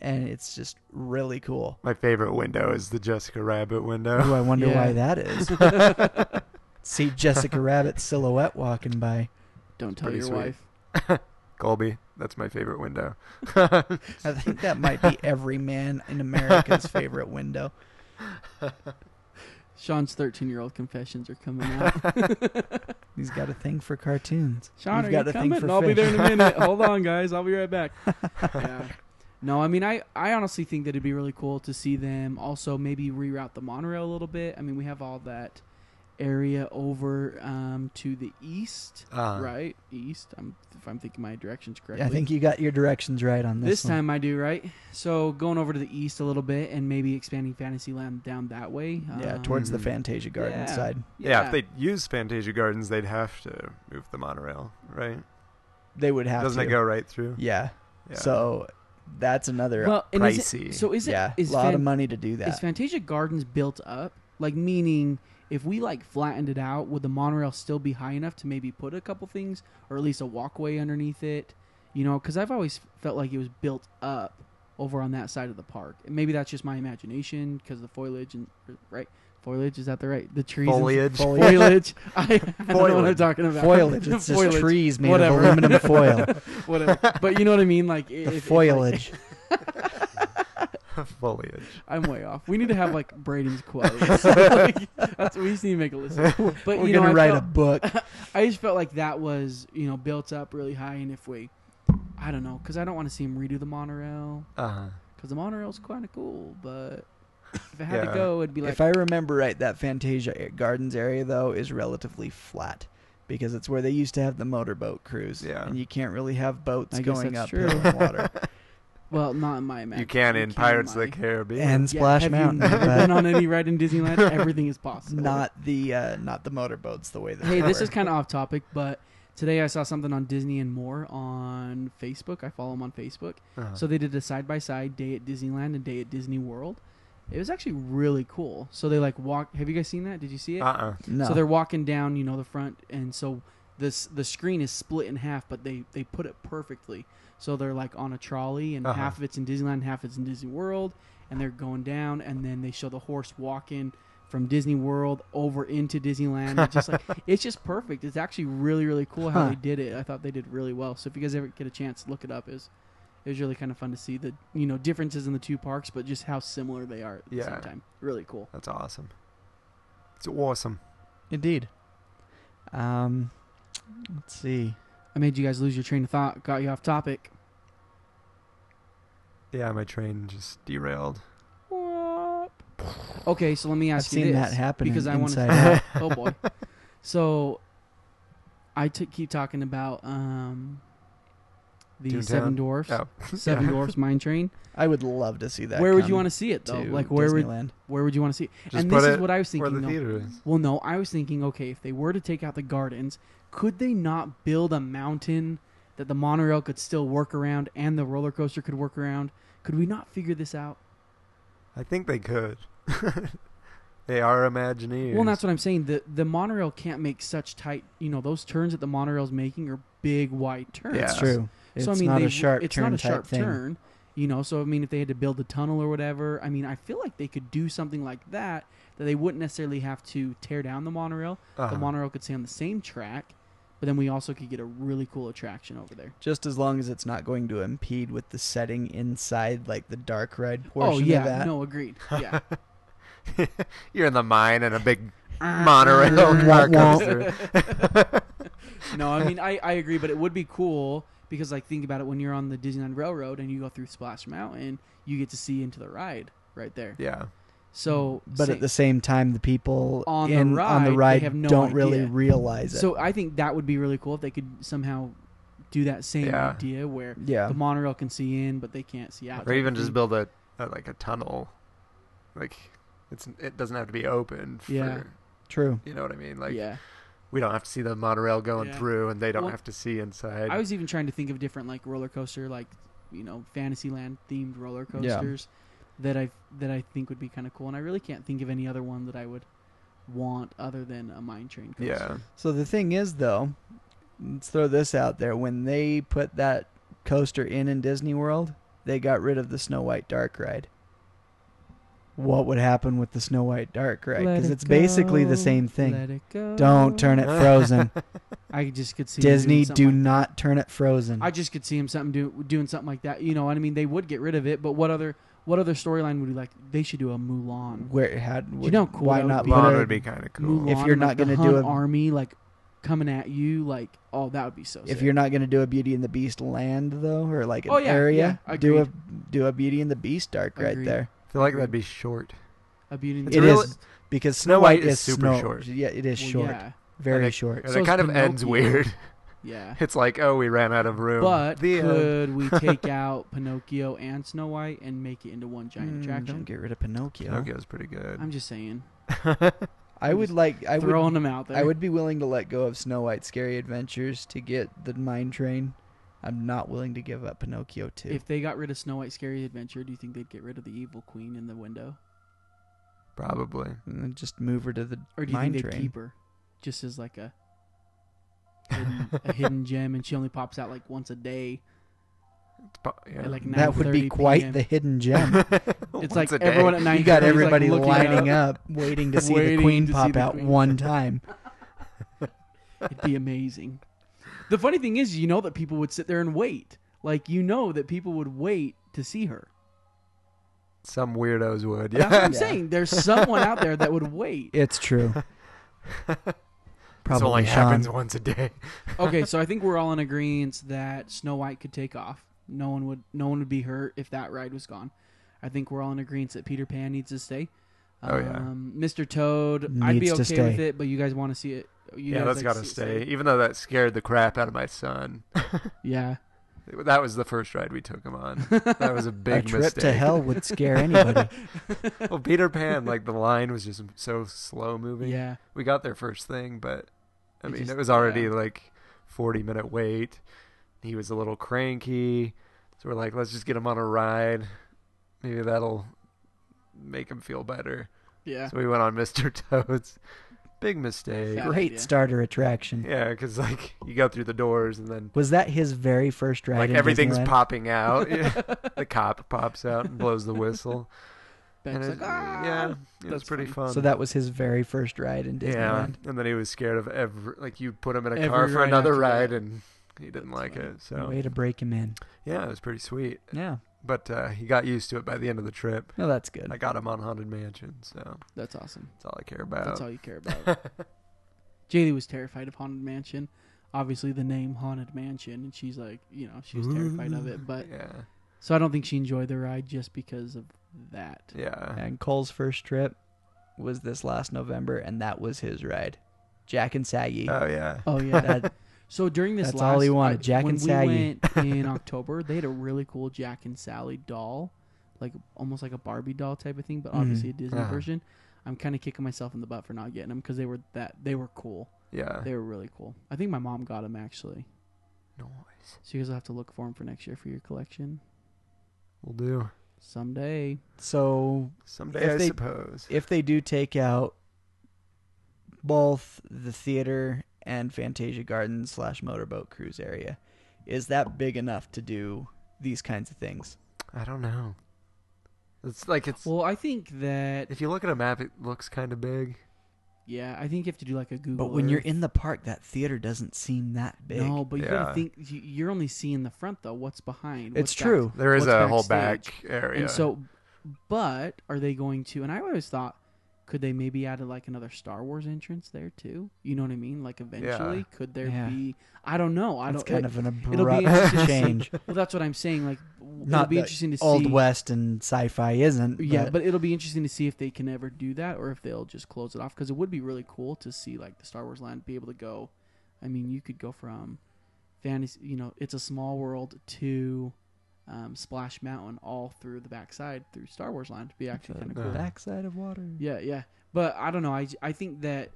[SPEAKER 6] and it's just really cool.
[SPEAKER 4] My favorite window is the Jessica Rabbit
[SPEAKER 6] Ooh,
[SPEAKER 4] window.
[SPEAKER 6] I wonder
[SPEAKER 5] Yeah.
[SPEAKER 6] why that is. See Jessica Rabbit's silhouette walking by.
[SPEAKER 5] don't tell
[SPEAKER 4] pretty
[SPEAKER 5] your
[SPEAKER 4] sweet.
[SPEAKER 5] wife.
[SPEAKER 4] Colby, that's my favorite window. Uh,
[SPEAKER 6] I think that might be every man in America's favorite window.
[SPEAKER 5] Sean's thirteen year old confessions are coming out.
[SPEAKER 6] He's got a thing for cartoons.
[SPEAKER 5] Sean,
[SPEAKER 6] You've
[SPEAKER 5] are
[SPEAKER 6] got
[SPEAKER 5] you
[SPEAKER 6] a thing
[SPEAKER 5] coming?
[SPEAKER 6] for
[SPEAKER 5] I'll be
[SPEAKER 6] fish.
[SPEAKER 5] there in a minute. Hold on, guys. I'll be right back. Yeah. No, I mean, I, I honestly think that it'd be really cool to see them also maybe reroute the monorail a little bit. I mean, we have all that area over um, to the east,
[SPEAKER 4] Uh-huh.
[SPEAKER 5] right? East. I'm, if I'm thinking my directions correctly.
[SPEAKER 6] I think you got your directions right on this.
[SPEAKER 5] This
[SPEAKER 6] one.
[SPEAKER 5] time I do, right? So going over to the east a little bit and maybe expanding Fantasyland down that way.
[SPEAKER 6] yeah,
[SPEAKER 5] Um,
[SPEAKER 6] towards the Fantasia Garden
[SPEAKER 5] yeah.
[SPEAKER 6] side.
[SPEAKER 4] yeah. if they use Fantasia Gardens, they'd have to move the monorail, right?
[SPEAKER 6] They would have
[SPEAKER 4] Doesn't
[SPEAKER 6] to.
[SPEAKER 4] it go right through?
[SPEAKER 6] Yeah.
[SPEAKER 4] Yeah.
[SPEAKER 6] So that's another.
[SPEAKER 5] well, and is it-
[SPEAKER 4] pricey.
[SPEAKER 5] so is it?
[SPEAKER 6] yeah,
[SPEAKER 5] is
[SPEAKER 6] a lot of
[SPEAKER 5] Fan-
[SPEAKER 6] money to do
[SPEAKER 5] Is
[SPEAKER 6] that.
[SPEAKER 5] Fantasia Gardens built up? Like meaning if we like flattened it out, would the monorail still be high enough to maybe put a couple things or at least a walkway underneath it? You know, cuz I've always felt like it was built up over on that side of the park. And maybe that's just my imagination cuz the foliage and right foliage is that the right the trees and-
[SPEAKER 4] Foliage.
[SPEAKER 5] foliage I, I don't know what I'm
[SPEAKER 4] Foliage.
[SPEAKER 5] talking about
[SPEAKER 6] Foliage. It's just
[SPEAKER 5] Foliage.
[SPEAKER 6] trees made
[SPEAKER 5] Whatever.
[SPEAKER 6] of aluminum foil.
[SPEAKER 5] whatever but you know what I mean like
[SPEAKER 6] The
[SPEAKER 5] if- if, like-
[SPEAKER 6] foliage.
[SPEAKER 4] Foliage.
[SPEAKER 5] I'm way off. We need to have like Braden's quotes. Like, that's we just need to make a list. But
[SPEAKER 6] We're
[SPEAKER 5] you know,
[SPEAKER 6] gonna
[SPEAKER 5] I
[SPEAKER 6] write
[SPEAKER 5] felt-
[SPEAKER 6] a book.
[SPEAKER 5] I just felt like that was you know built up really high, and if we, I don't know, because I don't want to see him redo the monorail
[SPEAKER 4] Uh huh.
[SPEAKER 5] because the monorail's kind of cool, but if it had
[SPEAKER 4] Yeah.
[SPEAKER 5] to go, it'd be like
[SPEAKER 6] if I remember right, that Fantasia Gardens area though is relatively flat because it's where they used to have the motorboat cruise.
[SPEAKER 4] Yeah.
[SPEAKER 6] and you can't really have boats
[SPEAKER 5] I guess
[SPEAKER 6] going
[SPEAKER 5] that's
[SPEAKER 6] up
[SPEAKER 5] true.
[SPEAKER 6] in water.
[SPEAKER 5] well, not in my imagination.
[SPEAKER 4] You can in Pirates of the
[SPEAKER 5] my-
[SPEAKER 4] Caribbean.
[SPEAKER 6] and
[SPEAKER 5] Yeah,
[SPEAKER 6] Splash
[SPEAKER 5] have you
[SPEAKER 6] Mountain,
[SPEAKER 5] never
[SPEAKER 6] but
[SPEAKER 5] been on any ride in Disneyland? Everything is possible.
[SPEAKER 6] not the uh, not the motorboats the way that.
[SPEAKER 5] Hey,
[SPEAKER 6] they
[SPEAKER 5] this
[SPEAKER 6] were.
[SPEAKER 5] is kind of off topic, but today I saw something on Disney and more on Facebook. I follow them on Facebook.
[SPEAKER 6] Uh-huh.
[SPEAKER 5] So they did a side by side day at Disneyland and day at Disney World. It was actually really cool. So they like walk. Have you guys seen that? Did you see it?
[SPEAKER 4] uh uh
[SPEAKER 6] no.
[SPEAKER 5] So they're walking down, you know, the front, and so this the screen is split in half, but they they put it perfectly. So they're like on a trolley, and
[SPEAKER 4] Uh-huh.
[SPEAKER 5] half of it's in Disneyland, half it's in Disney World, and they're going down, and then they show the horse walking from Disney World over into Disneyland. It's just like it's just perfect. It's actually really really cool how
[SPEAKER 6] Huh.
[SPEAKER 5] they did it. I thought they did really well. So if you guys ever get a chance, look it up. Is it was really kind of fun to see the you know differences in the two parks, but just how similar they are at the
[SPEAKER 4] Yeah.
[SPEAKER 5] same time. Really cool.
[SPEAKER 4] That's awesome. It's awesome.
[SPEAKER 6] Indeed. Um, let's see.
[SPEAKER 5] I made you guys lose your train of thought, got you off topic.
[SPEAKER 4] Yeah, my train just derailed.
[SPEAKER 5] Okay, so let me ask
[SPEAKER 6] I've
[SPEAKER 5] you
[SPEAKER 6] seen
[SPEAKER 5] this
[SPEAKER 6] that happen
[SPEAKER 5] because
[SPEAKER 6] in
[SPEAKER 5] I want
[SPEAKER 6] Inside
[SPEAKER 5] to. oh boy! So I t- keep talking about um the
[SPEAKER 4] Toontown?
[SPEAKER 5] Seven Dwarfs,
[SPEAKER 4] Oh,
[SPEAKER 5] Seven
[SPEAKER 4] yeah.
[SPEAKER 5] Dwarfs Mine Train.
[SPEAKER 6] I would love to see that.
[SPEAKER 5] where would you want to see it though? Like where would
[SPEAKER 6] Disneyland?
[SPEAKER 5] where would you want to see it?
[SPEAKER 4] Just
[SPEAKER 5] and
[SPEAKER 4] put
[SPEAKER 5] this is
[SPEAKER 4] it
[SPEAKER 5] what I was
[SPEAKER 4] where the
[SPEAKER 5] thinking. though.
[SPEAKER 4] theater is.
[SPEAKER 5] Well, no, I was thinking, okay, if they were to take out the gardens, could they not build a mountain that the monorail could still work around and the roller coaster could work around? Could we not figure this out?
[SPEAKER 4] I think they could. they are Imagineers.
[SPEAKER 5] Well, that's what I'm saying. The the monorail can't make such tight, you know, those turns that the monorail's making are big wide turns.
[SPEAKER 4] Yeah.
[SPEAKER 6] It's true. It's
[SPEAKER 5] so I mean,
[SPEAKER 6] not
[SPEAKER 5] they-
[SPEAKER 6] a sharp
[SPEAKER 5] it's
[SPEAKER 6] turn
[SPEAKER 5] not a
[SPEAKER 6] type
[SPEAKER 5] sharp
[SPEAKER 6] thing.
[SPEAKER 5] turn, you know. So I mean, if they had to build a tunnel or whatever, I mean, I feel like they could do something like that that they wouldn't necessarily have to tear down the monorail.
[SPEAKER 4] Uh-huh.
[SPEAKER 5] The monorail could stay on the same track, but then we also could get a really cool attraction over there.
[SPEAKER 6] Just as long as it's not going to impede with the setting inside, like the dark ride portion
[SPEAKER 5] oh
[SPEAKER 6] of
[SPEAKER 5] yeah,
[SPEAKER 6] that.
[SPEAKER 5] no, agreed. Yeah,
[SPEAKER 4] You're in the mine and a big monorail car comes through.
[SPEAKER 5] no, I mean, I I agree, but it would be cool. Because like think about it when you're on the Disneyland Railroad and you go through Splash Mountain, you get to see into the ride right there.
[SPEAKER 4] Yeah.
[SPEAKER 5] So,
[SPEAKER 6] But
[SPEAKER 5] same-
[SPEAKER 6] at the same time, the people
[SPEAKER 5] On the
[SPEAKER 6] in, on
[SPEAKER 5] ride,
[SPEAKER 6] the
[SPEAKER 5] they
[SPEAKER 6] ride
[SPEAKER 5] have no
[SPEAKER 6] don't really
[SPEAKER 5] idea.
[SPEAKER 6] realize it.
[SPEAKER 5] So I think that would be really cool if they could somehow do that same
[SPEAKER 4] Yeah.
[SPEAKER 5] idea where
[SPEAKER 6] Yeah.
[SPEAKER 5] the monorail can see in, but they can't see out.
[SPEAKER 4] Or
[SPEAKER 5] type
[SPEAKER 4] even
[SPEAKER 5] of
[SPEAKER 4] just
[SPEAKER 5] thing.
[SPEAKER 4] build a, a like a tunnel. Like it's it doesn't have to be open for
[SPEAKER 5] Yeah.
[SPEAKER 6] True.
[SPEAKER 4] you know what I mean? Like
[SPEAKER 5] yeah.
[SPEAKER 4] we don't have to see the monorail going
[SPEAKER 5] Yeah.
[SPEAKER 4] through and they don't
[SPEAKER 5] Well,
[SPEAKER 4] have to see inside.
[SPEAKER 5] I was even trying to think of different like roller coaster, like you know, Fantasyland themed roller
[SPEAKER 6] Yeah.
[SPEAKER 5] coasters that I that I think would be kind of cool, and I really can't think of any other one that I would want other than a mine train coaster.
[SPEAKER 4] yeah.
[SPEAKER 6] So the thing is, though, let's throw this out there. When they put that coaster in in Disney World, they got rid of the Snow White Dark Ride. What would happen with the Snow White Dark Ride?
[SPEAKER 5] Let
[SPEAKER 6] Because
[SPEAKER 5] it
[SPEAKER 6] it's basically
[SPEAKER 5] go,
[SPEAKER 6] the same thing.
[SPEAKER 5] Let it go.
[SPEAKER 6] Don't turn it frozen.
[SPEAKER 5] I just could see them doing
[SPEAKER 6] Disney,
[SPEAKER 5] something like
[SPEAKER 6] do not turn it frozen.
[SPEAKER 5] I just could see him something do, doing something like that. You know, what I mean, they would get rid of it, but what other what other storyline would be like? They should do a Mulan.
[SPEAKER 6] Where it had, would,
[SPEAKER 5] know how cool
[SPEAKER 6] why
[SPEAKER 5] that would
[SPEAKER 6] not
[SPEAKER 5] be?
[SPEAKER 6] put
[SPEAKER 5] Mulan
[SPEAKER 4] Bond
[SPEAKER 6] a-
[SPEAKER 4] would be kind of cool.
[SPEAKER 5] Mulan,
[SPEAKER 6] If you're
[SPEAKER 5] and,
[SPEAKER 6] not
[SPEAKER 5] like,
[SPEAKER 6] gonna
[SPEAKER 5] the
[SPEAKER 6] do
[SPEAKER 5] Hun
[SPEAKER 6] a-
[SPEAKER 5] army like coming at you, like oh, that would be so.
[SPEAKER 6] If
[SPEAKER 5] sick.
[SPEAKER 6] you're not going to do a Beauty and the Beast land though, or like an
[SPEAKER 5] Oh, yeah,
[SPEAKER 6] area,
[SPEAKER 5] yeah,
[SPEAKER 6] do a
[SPEAKER 5] agreed.
[SPEAKER 6] do a Beauty and the Beast dark right
[SPEAKER 5] Agreed.
[SPEAKER 6] there.
[SPEAKER 4] I feel like that'd be short.
[SPEAKER 5] a Beauty and
[SPEAKER 4] It's
[SPEAKER 5] the
[SPEAKER 6] It
[SPEAKER 4] really-
[SPEAKER 5] Beast.
[SPEAKER 6] is, because Snow, White, is super
[SPEAKER 4] short.
[SPEAKER 6] Yeah, it is
[SPEAKER 5] Well,
[SPEAKER 6] short,
[SPEAKER 5] Yeah,
[SPEAKER 6] very
[SPEAKER 4] And it-
[SPEAKER 6] short.
[SPEAKER 4] And
[SPEAKER 5] So
[SPEAKER 4] it
[SPEAKER 5] is
[SPEAKER 4] kind of ends
[SPEAKER 5] Pinocchio.
[SPEAKER 4] weird.
[SPEAKER 5] yeah.
[SPEAKER 4] It's like, oh, we ran out of room.
[SPEAKER 5] But
[SPEAKER 4] The end.
[SPEAKER 5] could we take out Pinocchio and Snow White and make it into one giant
[SPEAKER 6] Mm, Don't
[SPEAKER 5] attraction?
[SPEAKER 6] get rid of Pinocchio.
[SPEAKER 4] Pinocchio's pretty good.
[SPEAKER 5] I'm just saying,
[SPEAKER 6] I would like. I
[SPEAKER 5] throwing
[SPEAKER 6] would.
[SPEAKER 5] them out there.
[SPEAKER 6] I would be willing to let go of Snow White's Scary Adventures to get the Mine Train. I'm not willing to give up Pinocchio too.
[SPEAKER 5] If they got rid of Snow White's Scary Adventure, do you think they'd get rid of the evil queen in the window,
[SPEAKER 4] Probably.
[SPEAKER 6] And then just move her to the
[SPEAKER 5] or do you
[SPEAKER 6] Mine
[SPEAKER 5] think they'd
[SPEAKER 6] Train.
[SPEAKER 5] keep her just as like a hidden, a hidden gem, and she only pops out like once a day?
[SPEAKER 4] It's po- yeah.
[SPEAKER 5] At like
[SPEAKER 6] that would be
[SPEAKER 5] 9:30
[SPEAKER 6] quite
[SPEAKER 5] PM.
[SPEAKER 6] the hidden gem.
[SPEAKER 5] It's
[SPEAKER 4] Once
[SPEAKER 5] like
[SPEAKER 4] a day.
[SPEAKER 5] everyone at night.
[SPEAKER 6] you got everybody lining up. waiting to see the
[SPEAKER 5] Waiting
[SPEAKER 6] queen
[SPEAKER 5] to see
[SPEAKER 6] pop
[SPEAKER 5] the
[SPEAKER 6] out
[SPEAKER 5] queen.
[SPEAKER 6] one time.
[SPEAKER 5] It'd be amazing. The funny thing is, you know that people would sit there and wait. Like you know that people would wait to see her.
[SPEAKER 4] Some weirdos would.
[SPEAKER 5] That's what
[SPEAKER 4] Yeah.
[SPEAKER 5] I'm saying. There's someone out there that would wait.
[SPEAKER 6] It's true.
[SPEAKER 4] This
[SPEAKER 6] Probably
[SPEAKER 4] only
[SPEAKER 6] Sean.
[SPEAKER 4] happens once a day.
[SPEAKER 5] Okay, so I think we're all in agreement that Snow White could take off. No one would. No one would be hurt if that ride was gone. I think we're all in agreement that Peter Pan needs to stay.
[SPEAKER 4] Oh, yeah.
[SPEAKER 5] um, Mr. Toad. I'd be
[SPEAKER 6] Needs to
[SPEAKER 5] okay with
[SPEAKER 6] stay.
[SPEAKER 5] it, but you guys want to see it. You
[SPEAKER 4] yeah,
[SPEAKER 5] guys
[SPEAKER 4] that's
[SPEAKER 5] like
[SPEAKER 4] got to
[SPEAKER 5] see it
[SPEAKER 4] stay. Even though that scared the crap out of my son.
[SPEAKER 5] Yeah,
[SPEAKER 4] that was the first ride we took him on. That was a
[SPEAKER 6] A
[SPEAKER 4] big
[SPEAKER 6] trip
[SPEAKER 4] mistake.
[SPEAKER 6] to hell would scare anybody.
[SPEAKER 4] Well, Peter Pan, like the line was just so slow moving.
[SPEAKER 5] yeah.
[SPEAKER 4] We got there first thing, but I
[SPEAKER 5] It
[SPEAKER 4] mean,
[SPEAKER 5] just-
[SPEAKER 4] it was already
[SPEAKER 5] yeah.
[SPEAKER 4] like 40 minute wait. He was a little cranky. So we're like, let's just get him on a ride. Maybe that'll make him feel better.
[SPEAKER 5] Yeah.
[SPEAKER 4] So we went on Mr. Toad's. Big mistake.
[SPEAKER 5] Bad
[SPEAKER 6] Great
[SPEAKER 5] idea.
[SPEAKER 6] starter attraction.
[SPEAKER 4] Yeah, because like you go through the doors and then
[SPEAKER 6] Was that his very first ride?
[SPEAKER 4] like
[SPEAKER 6] in
[SPEAKER 4] everything's
[SPEAKER 6] Disneyland?
[SPEAKER 4] popping out. Yeah. the cop pops out and blows the whistle.
[SPEAKER 5] Beck's
[SPEAKER 4] And it,
[SPEAKER 5] like, ah!
[SPEAKER 4] yeah, it was
[SPEAKER 5] That's
[SPEAKER 4] pretty
[SPEAKER 5] funny.
[SPEAKER 4] fun.
[SPEAKER 6] So that was his very first ride in
[SPEAKER 4] yeah,
[SPEAKER 6] Disneyland.
[SPEAKER 4] and then he was scared of every like you put him in a
[SPEAKER 5] Every
[SPEAKER 4] car for
[SPEAKER 5] ride
[SPEAKER 4] another
[SPEAKER 5] after
[SPEAKER 4] ride
[SPEAKER 5] that.
[SPEAKER 4] and he didn't like it. So
[SPEAKER 6] Way to break him in.
[SPEAKER 4] yeah, it was pretty sweet.
[SPEAKER 6] Yeah.
[SPEAKER 4] But uh, he got used to it by the end of the trip.
[SPEAKER 6] No, that's good.
[SPEAKER 4] I got him on Haunted Mansion, so
[SPEAKER 5] That's awesome.
[SPEAKER 4] that's all I care about.
[SPEAKER 5] That's all you care about. Jaylee was terrified of Haunted Mansion. Obviously, the name Haunted Mansion, and she's like, you know, she was terrified of it. But
[SPEAKER 4] yeah,
[SPEAKER 5] so I don't think she enjoyed the ride just because of that.
[SPEAKER 4] yeah.
[SPEAKER 6] and Cole's first trip was this last November, and that was his ride. Jack and Saggy.
[SPEAKER 4] Oh yeah.
[SPEAKER 5] Oh yeah.
[SPEAKER 6] That-
[SPEAKER 5] so during this
[SPEAKER 6] that's
[SPEAKER 5] last,
[SPEAKER 6] all he wanted,
[SPEAKER 5] I-
[SPEAKER 6] Jack
[SPEAKER 5] when
[SPEAKER 6] and
[SPEAKER 5] we
[SPEAKER 6] Saggy.
[SPEAKER 5] went in October, they had a really cool Jack and Sally doll, like almost like a Barbie doll type of thing,
[SPEAKER 6] Mm-hmm.
[SPEAKER 5] but obviously a Disney
[SPEAKER 4] Ah.
[SPEAKER 5] version. I'm kind of kicking myself in the butt for not getting them because they were that they were cool.
[SPEAKER 4] Yeah.
[SPEAKER 5] They were really cool. I think my mom got them actually.
[SPEAKER 4] Noise.
[SPEAKER 5] So you guys will have to look for them for next year for your collection
[SPEAKER 4] We'll do.
[SPEAKER 5] someday.
[SPEAKER 6] So
[SPEAKER 4] Someday,
[SPEAKER 6] If
[SPEAKER 4] I
[SPEAKER 6] they-
[SPEAKER 4] suppose.
[SPEAKER 6] if they do take out both the theater and Fantasia Gardens slash motorboat cruise area, is that big enough to do these kinds of things?
[SPEAKER 4] I don't know. It's like it's.
[SPEAKER 5] Well, I think that
[SPEAKER 4] if you look at a map, it looks kind of big.
[SPEAKER 5] yeah, I think you have to do like a Google.
[SPEAKER 6] But when you're
[SPEAKER 5] Earth.
[SPEAKER 6] in the park, that theater doesn't seem that big.
[SPEAKER 5] no, but you gotta
[SPEAKER 4] Yeah.
[SPEAKER 5] think you- you're only seeing the front though. What's behind?
[SPEAKER 6] It's
[SPEAKER 5] What's back-
[SPEAKER 6] true.
[SPEAKER 4] There is
[SPEAKER 5] what's
[SPEAKER 4] a whole
[SPEAKER 5] backstage?
[SPEAKER 4] back area.
[SPEAKER 5] And so, but are they going to? And I always thought, could they maybe add like another Star Wars entrance there too? You know what I mean? Like eventually, could there
[SPEAKER 6] Yeah.
[SPEAKER 5] be? I don't know. I
[SPEAKER 6] That's
[SPEAKER 5] don't.
[SPEAKER 6] kind
[SPEAKER 5] like-
[SPEAKER 6] of an
[SPEAKER 5] it'll be
[SPEAKER 6] abrupt
[SPEAKER 5] interesting.
[SPEAKER 6] change.
[SPEAKER 5] well, that's what I'm saying. Like, w- it'll
[SPEAKER 6] Not
[SPEAKER 5] be
[SPEAKER 6] that
[SPEAKER 5] interesting to
[SPEAKER 6] old
[SPEAKER 5] see.
[SPEAKER 6] west and sci-fi isn't.
[SPEAKER 5] yeah, but it'll be interesting to see if they can ever do that or if they'll just close it off because it would be really cool to see like the Star Wars land be able to go. I mean, you could go from fantasy, you know, it's a small world to um, Splash Mountain all through the backside through Star Wars land. It'd be actually kind of cool.
[SPEAKER 4] Yeah.
[SPEAKER 6] backside of water.
[SPEAKER 5] Yeah, yeah. But I don't know. I, I think that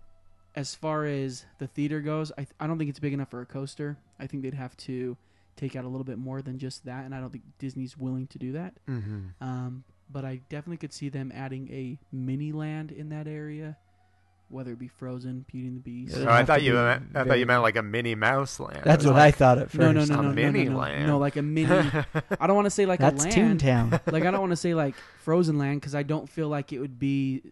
[SPEAKER 5] as far as the theater goes, I, I don't think it's big enough for a coaster. I think they'd have to take out a little bit more than just that, and I don't think Disney's willing to do that.
[SPEAKER 4] hmm
[SPEAKER 5] Um, but I definitely could see them adding a mini land in that area, whether it be Frozen, Beauty and the Beast.
[SPEAKER 6] Yeah.
[SPEAKER 4] Oh, I
[SPEAKER 6] have
[SPEAKER 4] thought
[SPEAKER 6] to
[SPEAKER 4] you
[SPEAKER 6] be
[SPEAKER 4] meant, I thought
[SPEAKER 6] very-
[SPEAKER 4] you meant like a mini mouse land.
[SPEAKER 6] That's what I thought at first.
[SPEAKER 5] No, no, no,
[SPEAKER 4] A
[SPEAKER 5] no, no, no,
[SPEAKER 4] mini
[SPEAKER 5] no, no,
[SPEAKER 4] land.
[SPEAKER 5] no, like a mini. I don't want to say like
[SPEAKER 6] That's
[SPEAKER 5] a land.
[SPEAKER 6] Toontown.
[SPEAKER 5] like I don't want to say like Frozen Land because I don't feel like it would be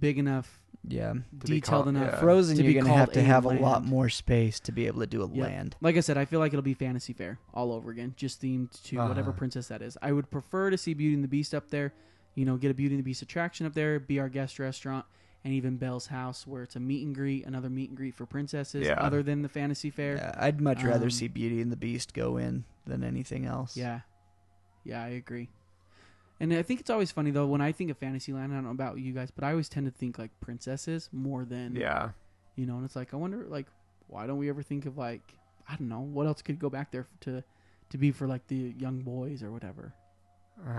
[SPEAKER 5] big enough,
[SPEAKER 6] yeah.
[SPEAKER 4] To be
[SPEAKER 5] detailed
[SPEAKER 4] called-
[SPEAKER 5] enough.
[SPEAKER 4] yeah.
[SPEAKER 6] Frozen,
[SPEAKER 5] To be
[SPEAKER 6] you're gonna
[SPEAKER 5] called
[SPEAKER 6] have to
[SPEAKER 5] a
[SPEAKER 6] have a
[SPEAKER 5] land.
[SPEAKER 6] lot more space to be able to do a
[SPEAKER 5] Yep.
[SPEAKER 6] land.
[SPEAKER 5] Like I said, I feel like it'll be Fantasy Fair all over again, just themed to whatever
[SPEAKER 4] Uh-huh.
[SPEAKER 5] princess that is. I would prefer to see Beauty and the Beast up there, you know, get a Beauty and the Beast attraction up there, be our guest restaurant, and even Belle's house where it's a meet and greet, another meet and greet for princesses
[SPEAKER 4] Yeah.
[SPEAKER 5] other than the Fantasy Fair.
[SPEAKER 6] Yeah, I'd much rather
[SPEAKER 5] Um,
[SPEAKER 6] see Beauty and the Beast go in than anything else.
[SPEAKER 5] Yeah. Yeah, I agree. And I think it's always funny though when I think of Fantasyland, I don't know about you guys, but I always tend to think like princesses more than
[SPEAKER 4] yeah,
[SPEAKER 5] you know, and it's like I wonder like why don't we ever think of like I don't know, what else could go back there to to be for like the young boys or whatever.
[SPEAKER 4] Uh,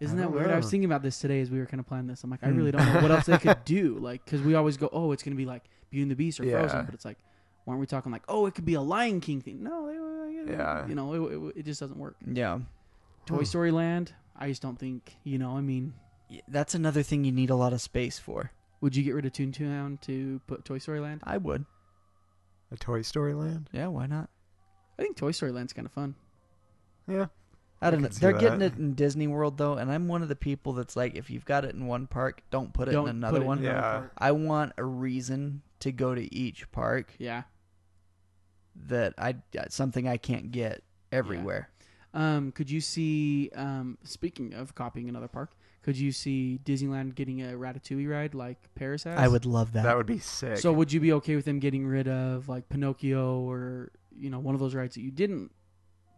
[SPEAKER 5] Isn't
[SPEAKER 4] I
[SPEAKER 5] that
[SPEAKER 4] don't
[SPEAKER 5] weird? I was
[SPEAKER 4] know.
[SPEAKER 5] thinking about this today as we were kind of planning this. I'm like, I
[SPEAKER 6] Hmm.
[SPEAKER 5] really don't know what else they could do. Like, because we always go, oh, it's going to be like Beauty and the Beast or Frozen,
[SPEAKER 4] Yeah.
[SPEAKER 5] but it's like, why aren't we talking like, oh, it could be a Lion King thing? No, they,
[SPEAKER 4] Yeah.
[SPEAKER 5] you know, it, it, it just doesn't work.
[SPEAKER 6] Yeah.
[SPEAKER 5] Toy Story Land, I just don't think, you know, I mean,
[SPEAKER 6] Y- That's another thing you need a lot of space for.
[SPEAKER 5] would you get rid of Toontown to put Toy Story Land?
[SPEAKER 6] I would.
[SPEAKER 4] a Toy Story land.
[SPEAKER 6] Yeah, why not?
[SPEAKER 5] I think Toy Story Land's kind of fun.
[SPEAKER 4] Yeah,
[SPEAKER 6] I don't know.
[SPEAKER 4] could see
[SPEAKER 6] They're getting
[SPEAKER 4] that.
[SPEAKER 6] it in Disney World though, and I'm one of the people that's like, if you've got it in one park, don't put it
[SPEAKER 5] Don't
[SPEAKER 6] in another
[SPEAKER 5] put it in
[SPEAKER 6] one.
[SPEAKER 5] another
[SPEAKER 4] Yeah.
[SPEAKER 5] park.
[SPEAKER 6] I want a reason to go to each park
[SPEAKER 5] Yeah.
[SPEAKER 6] that I uh, something I can't get everywhere.
[SPEAKER 5] Um, could you see? Um, speaking of copying another park, could you see Disneyland getting a Ratatouille ride like Paris has?
[SPEAKER 6] I would love that.
[SPEAKER 4] that would be sick.
[SPEAKER 5] So would you be okay with them getting rid of like Pinocchio or you know one of those rides that you didn't?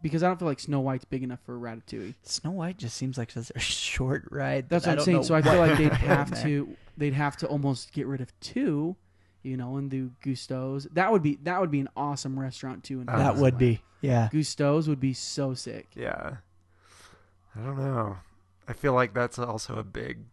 [SPEAKER 5] Because I don't feel like Snow White's big enough for Ratatouille.
[SPEAKER 6] Snow White just seems like such a short ride.
[SPEAKER 5] That's what I'm
[SPEAKER 6] that I don't
[SPEAKER 5] saying.
[SPEAKER 6] know
[SPEAKER 5] So I feel
[SPEAKER 6] what
[SPEAKER 5] like they'd
[SPEAKER 6] they're
[SPEAKER 5] have
[SPEAKER 6] doing there.
[SPEAKER 5] to they'd have to almost get rid of two, you know, and do Gusto's. That would be that would be an awesome restaurant too. In
[SPEAKER 4] That
[SPEAKER 6] Uh, That
[SPEAKER 5] Disneyland.
[SPEAKER 6] would be yeah.
[SPEAKER 5] Gusto's would be so sick.
[SPEAKER 4] yeah, I don't know. I feel like that's also a big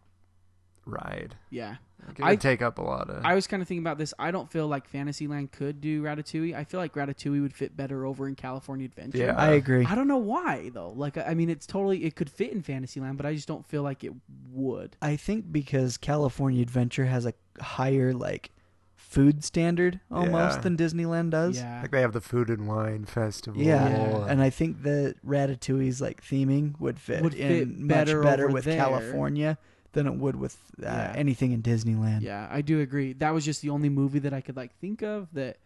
[SPEAKER 4] ride.
[SPEAKER 5] Yeah.
[SPEAKER 4] Like, it
[SPEAKER 5] I-
[SPEAKER 4] would take up a lot of.
[SPEAKER 5] I was kind of thinking about this. I don't feel like Fantasyland could do Ratatouille. I feel like Ratatouille would fit better over in California Adventure.
[SPEAKER 4] Yeah.
[SPEAKER 6] I agree.
[SPEAKER 5] I don't know why though. Like I I mean, it's totally it could fit in Fantasyland, but I just don't feel like it would.
[SPEAKER 6] I think because California Adventure has a higher like food standard almost
[SPEAKER 4] Yeah.
[SPEAKER 6] than Disneyland does.
[SPEAKER 5] Yeah.
[SPEAKER 4] Like they have the food and wine festival.
[SPEAKER 6] Yeah.
[SPEAKER 5] Yeah.
[SPEAKER 6] and I think that Ratatouille's like theming would fit
[SPEAKER 5] Would
[SPEAKER 6] in
[SPEAKER 5] fit better
[SPEAKER 6] much better
[SPEAKER 5] over
[SPEAKER 6] with
[SPEAKER 5] there.
[SPEAKER 6] California than it would with uh,
[SPEAKER 5] Yeah.
[SPEAKER 6] anything in Disneyland.
[SPEAKER 5] Yeah, I do agree. That was just the only movie that I could like think of that